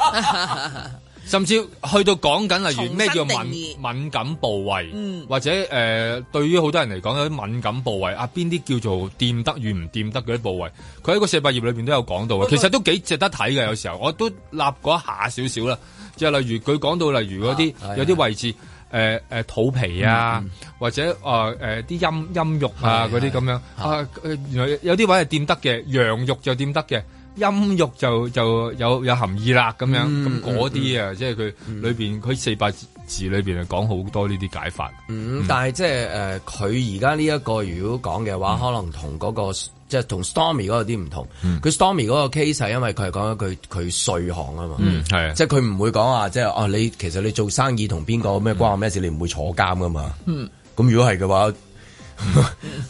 S3: 啊！甚至去到講緊例如咩叫
S8: 重新
S3: 敏
S8: 定
S3: 敏感部位，
S8: 嗯
S3: 或者誒、呃，對於好多人嚟講有啲敏感部位啊，邊啲叫做掂得與唔掂得嗰啲部位，佢喺個四百頁裏邊都有講到嘅，其實都幾值得睇嘅。有時候我都立嗰一下少少啦，即係例如佢講到例如嗰啲、
S2: 啊嗯
S3: 有啲位置。誒誒、呃肚皮啊，或者誒誒啲陰陰肉啊嗰啲咁樣啊，呃原來有啲位係掂得嘅，羊肉就掂得嘅，陰肉就就有有含義啦咁樣，
S2: 嗯
S3: 咁嗰啲啊，即係佢裏邊佢四百字裏邊係講好多呢啲解法，
S2: 嗯，但係即係誒，佢而家呢一個如果講嘅話，可能同嗰個即係同 Stormy 嗰個有啲唔同。佢 Stormy 嗰個 case 係因為佢係講緊佢佢稅項啊嘛，
S3: 嗯係啊
S2: 即係佢唔會講話即係哦，你其實你做生意同邊個咩關我咩事，你唔會坐監噶嘛。
S8: 嗯
S2: 咁如果係嘅話， (laughs) 係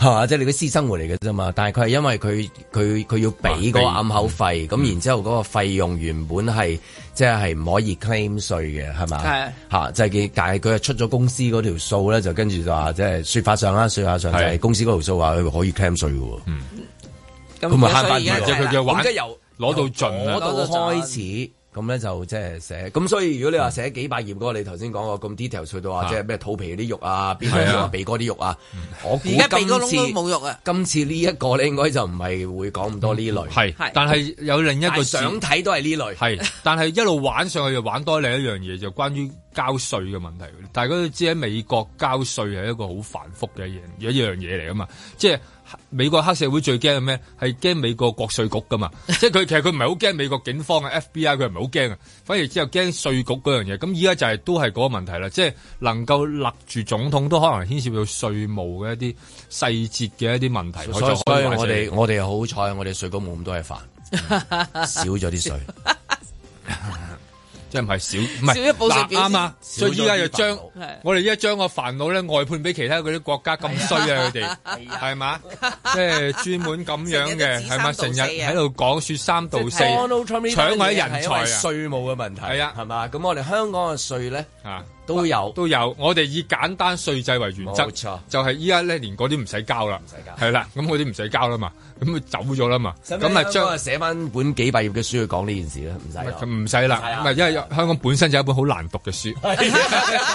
S2: 嘛？即係你嘅私生活嚟嘅啫嘛。但係佢係因為佢佢佢要俾嗰個暗口費，咁然之後嗰個費用原本係即係唔可以 claim 稅嘅，係嘛？
S4: 係
S2: 嚇，就係佢，但係佢係出咗公司嗰條數咧，就跟住就話即係説法上啦，説法上就係
S3: 係
S2: 公司嗰條數話佢可以 claim 稅嘅喎。
S4: 咁
S2: 咪
S4: 所
S2: 慳翻
S4: 以
S2: 啲
S4: 而家
S3: 即
S4: 就
S3: 係佢
S4: 係
S3: 嘅
S4: 啦
S3: 玩
S2: 咁即係由
S3: 攞到盡
S2: 嗰
S3: 啊，
S2: 度開始。咁咧就即係寫，咁所以如果你話寫幾百頁嗰個，你頭先講過咁 detail 去到話
S3: 啊
S2: 即係咩肚皮嗰啲肉啊，邊
S3: 係
S2: 啲
S3: 啊
S2: 肉啊，鼻哥啲肉啊，我估
S4: 而家鼻哥
S2: 今
S4: 窿都
S2: 次
S4: 冇肉啊！
S2: 今次呢一個咧應該就唔係會講咁多呢類，
S3: 係，但係有另一
S2: 但
S3: 個
S2: 係
S3: 字
S2: 想睇都係呢類，
S3: 係，但係一路玩上去就玩多另一樣嘢，就關於交稅嘅問題。大家都知喺美國交稅係一個好繁複嘅一樣一樣嘢嚟噶嘛，即係。美國黑社會最驚係咩？係驚美國國稅局噶嘛， (laughs) 即係佢其實佢唔係好驚美國警方啊 FBI，佢唔係好驚啊，反而之後驚稅局嗰樣嘢。咁依家就係、都係嗰個問題啦，即係能夠勒住總統都可能牽涉到稅務嘅一啲細節嘅一啲問題。
S2: 所以所以我哋我
S3: 哋
S2: 哋好彩，我哋稅局冇咁多嘢煩，少咗啲稅。
S3: 即係唔係少唔
S2: 少一
S3: 係
S2: 步上
S3: 嗱
S2: 表示
S3: 啱啊！所以依家就將
S2: 少咗啲
S14: 煩惱
S3: 我哋依家將個煩惱咧外判俾其他嗰啲國家咁
S2: (laughs)
S3: 衰啊！佢哋係 (laughs) 嘛，即係專門咁樣嘅係嘛，成日喺度講説三道四，啊搶我啲人才啊！
S2: 稅務嘅問題
S3: 係啊，
S2: 係嘛？咁我哋香港嘅稅咧
S3: 啊
S2: 都有
S3: 都有，我哋以簡單稅制為原則，
S2: 冇錯
S3: 就係依家咧連嗰啲唔使交啦，唔使
S2: 交
S3: 係啦，咁嗰啲唔使交啦嘛，咁佢走咗啦嘛，咁啊將
S2: 將寫翻本幾百頁嘅書去講呢件事啦，唔使啦。
S3: 唔使啦，唔係因啊為香港本身就係一本好難讀嘅書。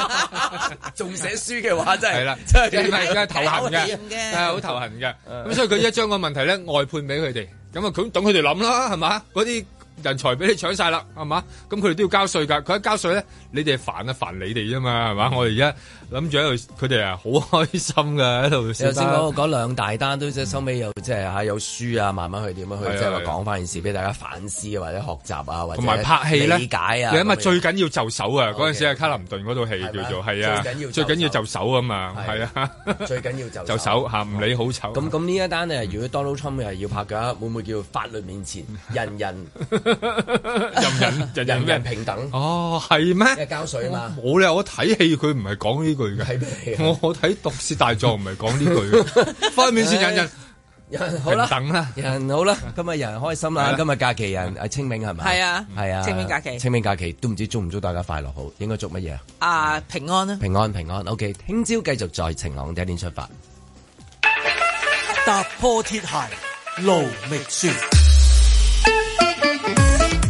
S2: 仲寫書嘅話，真係
S3: 係啦，
S2: 真係
S3: 即係而家頭痕
S2: 搞
S3: 嘅
S2: 掂，
S3: 係好頭痕嘅。咁所以佢一將個問題咧外判俾佢哋，咁啊咁等佢哋諗啦，係嘛？嗰啲人才俾你搶晒啦，係嘛？咁佢哋都要交稅㗎。佢一交稅咧，你哋煩啊煩你哋啫嘛，係嘛？我哋而家諗住喺度，佢哋啊好開心㗎喺度。
S2: 頭先嗰嗰兩大單都即係收尾有即係嚇有書啊，慢慢去點樣
S3: 係啊
S2: 去即係話
S3: 係啊
S2: 講翻件事俾大家反思啊，或者學習啊，或者
S3: 同埋拍戲咧，
S2: 理解啊，
S3: 你諗下
S2: 咁樣
S3: 最緊要就手啊！嗰陣時係卡林頓嗰套戲叫做係啊
S2: 最緊要，
S3: 最緊要就手啊嘛，係啊， (laughs)
S2: 最緊要就
S3: 就手嚇，唔理好醜。 (laughs)
S2: 咁咁呢一單咧，如果 Donald Trump 係要拍嘅，會唔會叫法律面前人人
S3: 人哦人
S2: 人人平等？
S3: 哦，係咩？
S2: 即係交稅啊嘛。
S3: 冇咧，我睇戲佢唔係講呢句
S2: 嘅，
S3: 我我睇《毒舌大狀》唔係講呢句
S2: (laughs)
S3: 嘅，翻面先引人
S2: 人好啦，
S3: 平等啦，
S2: 人好啦，今日人開心
S3: 係
S2: 啦
S3: 啦，
S2: 今日假期人啊清明係咪？
S4: 係啊
S2: 係啊，
S4: 清明假期
S2: 清明假期都唔知祝唔祝大家快樂好，應該祝乜嘢啊？
S4: 啊，平安啦，
S2: 平安平安，OK，聽朝繼續在晴朗的一天出發。
S4: 踏破鐵鞋路未雪。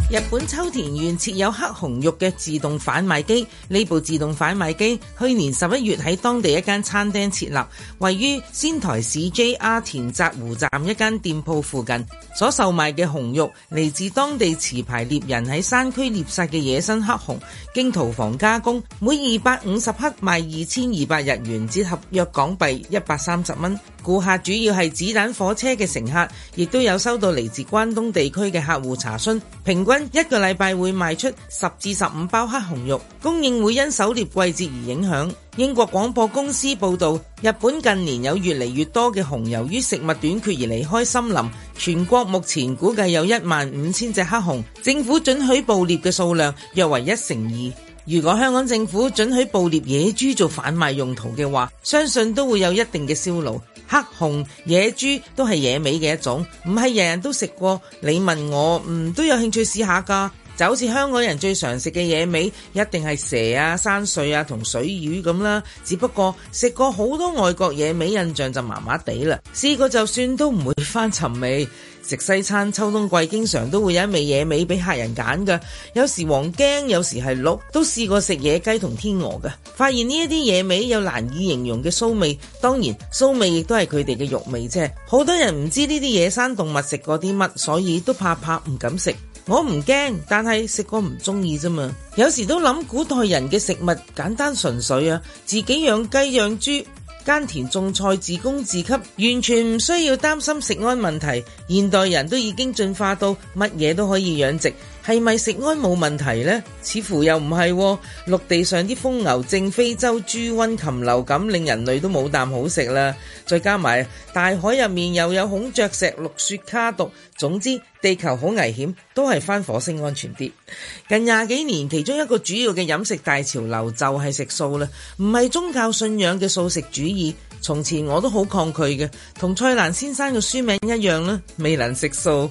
S4: 日本秋田縣設有黑熊肉嘅自動販賣機，呢部自動販賣機去年十一月喺當地一間餐廳設立，位於仙台市 JR 田澤湖站一間店鋪附近。所售賣嘅熊肉嚟自當地持牌獵人喺山區獵殺嘅野生黑熊，經屠房加工，每二百五十克賣二千二百日元，折合約港幣一百三十蚊。顧客主要係子彈火車嘅乘客，亦都有收到嚟自關東地區嘅客戶查詢，平均一個禮拜會賣出十至十五包黑熊肉，供應會因狩獵季節而影響。英國廣播公司報導，日本近年有越嚟越多嘅熊由於食物短缺而離開森林，全國目前估計有一萬五千隻黑熊，政府准許捕獵嘅數量約為一成二。如果香港政府准許捕獵野豬做販賣用途嘅話，相信都會有一定嘅銷路。黑熊、野豬都係野味嘅一種，唔係人人都食過。你問我，嗯，都有興趣試下㗎。就好似香港人最常食嘅野味，一定係蛇啊、山水啊同水魚咁啦。只不過食過好多外國野味，印象就麻麻地啦。試過就算都唔會翻尋味。食西餐秋冬季經常都會有一味野味俾客人揀㗎，有時黃麖，有時係鹿，都試過食野雞同天鵝㗎。發現呢一啲野味有難以形容嘅騷味，當然騷味亦都係佢哋嘅肉味啫。好多人唔知呢啲野生動物食過啲乜，所以都怕怕唔敢食。我唔驚，但係食過唔中意啫嘛。有時都諗古代人嘅食物簡單純粹啊，自己養雞養豬。耕田種菜自供自給，完全唔需要擔心食安問題。現代人都已經進化到乜嘢都可以養殖，係咪食安冇問題呢？似乎又唔係喎。陸地上啲瘋牛症、非洲豬瘟、禽流感，令人類都冇啖好食啦。再加埋大海入面又有孔雀石、綠雪卡毒，總之地球好危險，都係翻火星安全啲。近廿幾年，其中一個主要嘅飲食大潮流就係食素啦，唔係宗教信仰嘅素食主義。從前我都好抗拒嘅，同蔡瀾先生嘅書名一樣啦，未能食素。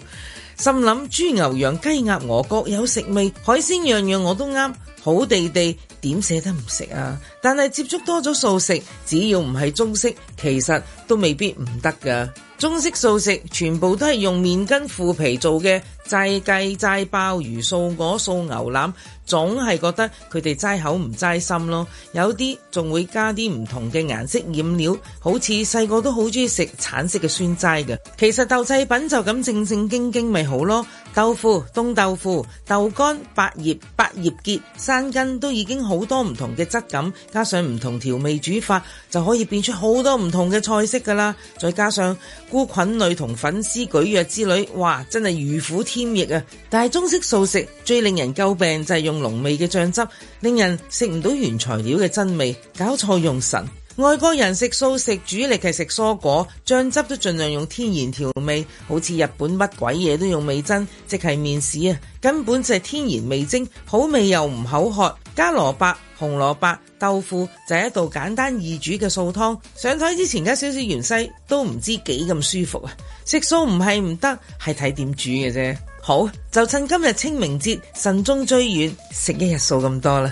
S4: 心諗豬牛羊雞鴨鵝各有食味，海鮮樣樣我都啱，好地地點捨得唔食啊？但係接觸多咗素食，只要唔係中式，其實都未必唔得噶。中式素食全部都係用麵筋腐皮做嘅，齋雞、齋鮑魚、素鵝、素牛腩，總係覺得佢哋齋口唔齋心咯。有啲仲會加啲唔同嘅顏色染料，好似細個都好中意食橙色嘅酸齋嘅。其實豆製品就咁正正經經咪好咯，豆腐、凍豆腐、豆乾、百葉、百葉結、山根都已經好多唔同嘅質感，加上唔同調味煮法，就可以變出好多唔同嘅菜式噶啦。再加上菇菌類同粉絲蒟蒻之類，哇！真係如虎添翼啊！但係中式素食最令人詬病就係用濃味嘅醬汁，令人食唔到原材料嘅真味，搞錯用神。外國人食素食主力係食蔬果，醬汁都盡量用天然調味，好似日啊本乜鬼嘢都用味噌，即係麵豉啊，根本就係天然味精，好味又唔口渴。加蘿蔔、紅蘿蔔、豆腐就係一道簡單易煮嘅素湯，上台之前加少少芫茜都唔知幾咁舒服啊！食素唔係唔得，係睇點煮嘅啫。好，就趁今日清明節，慎終追遠，食一日素咁多啦。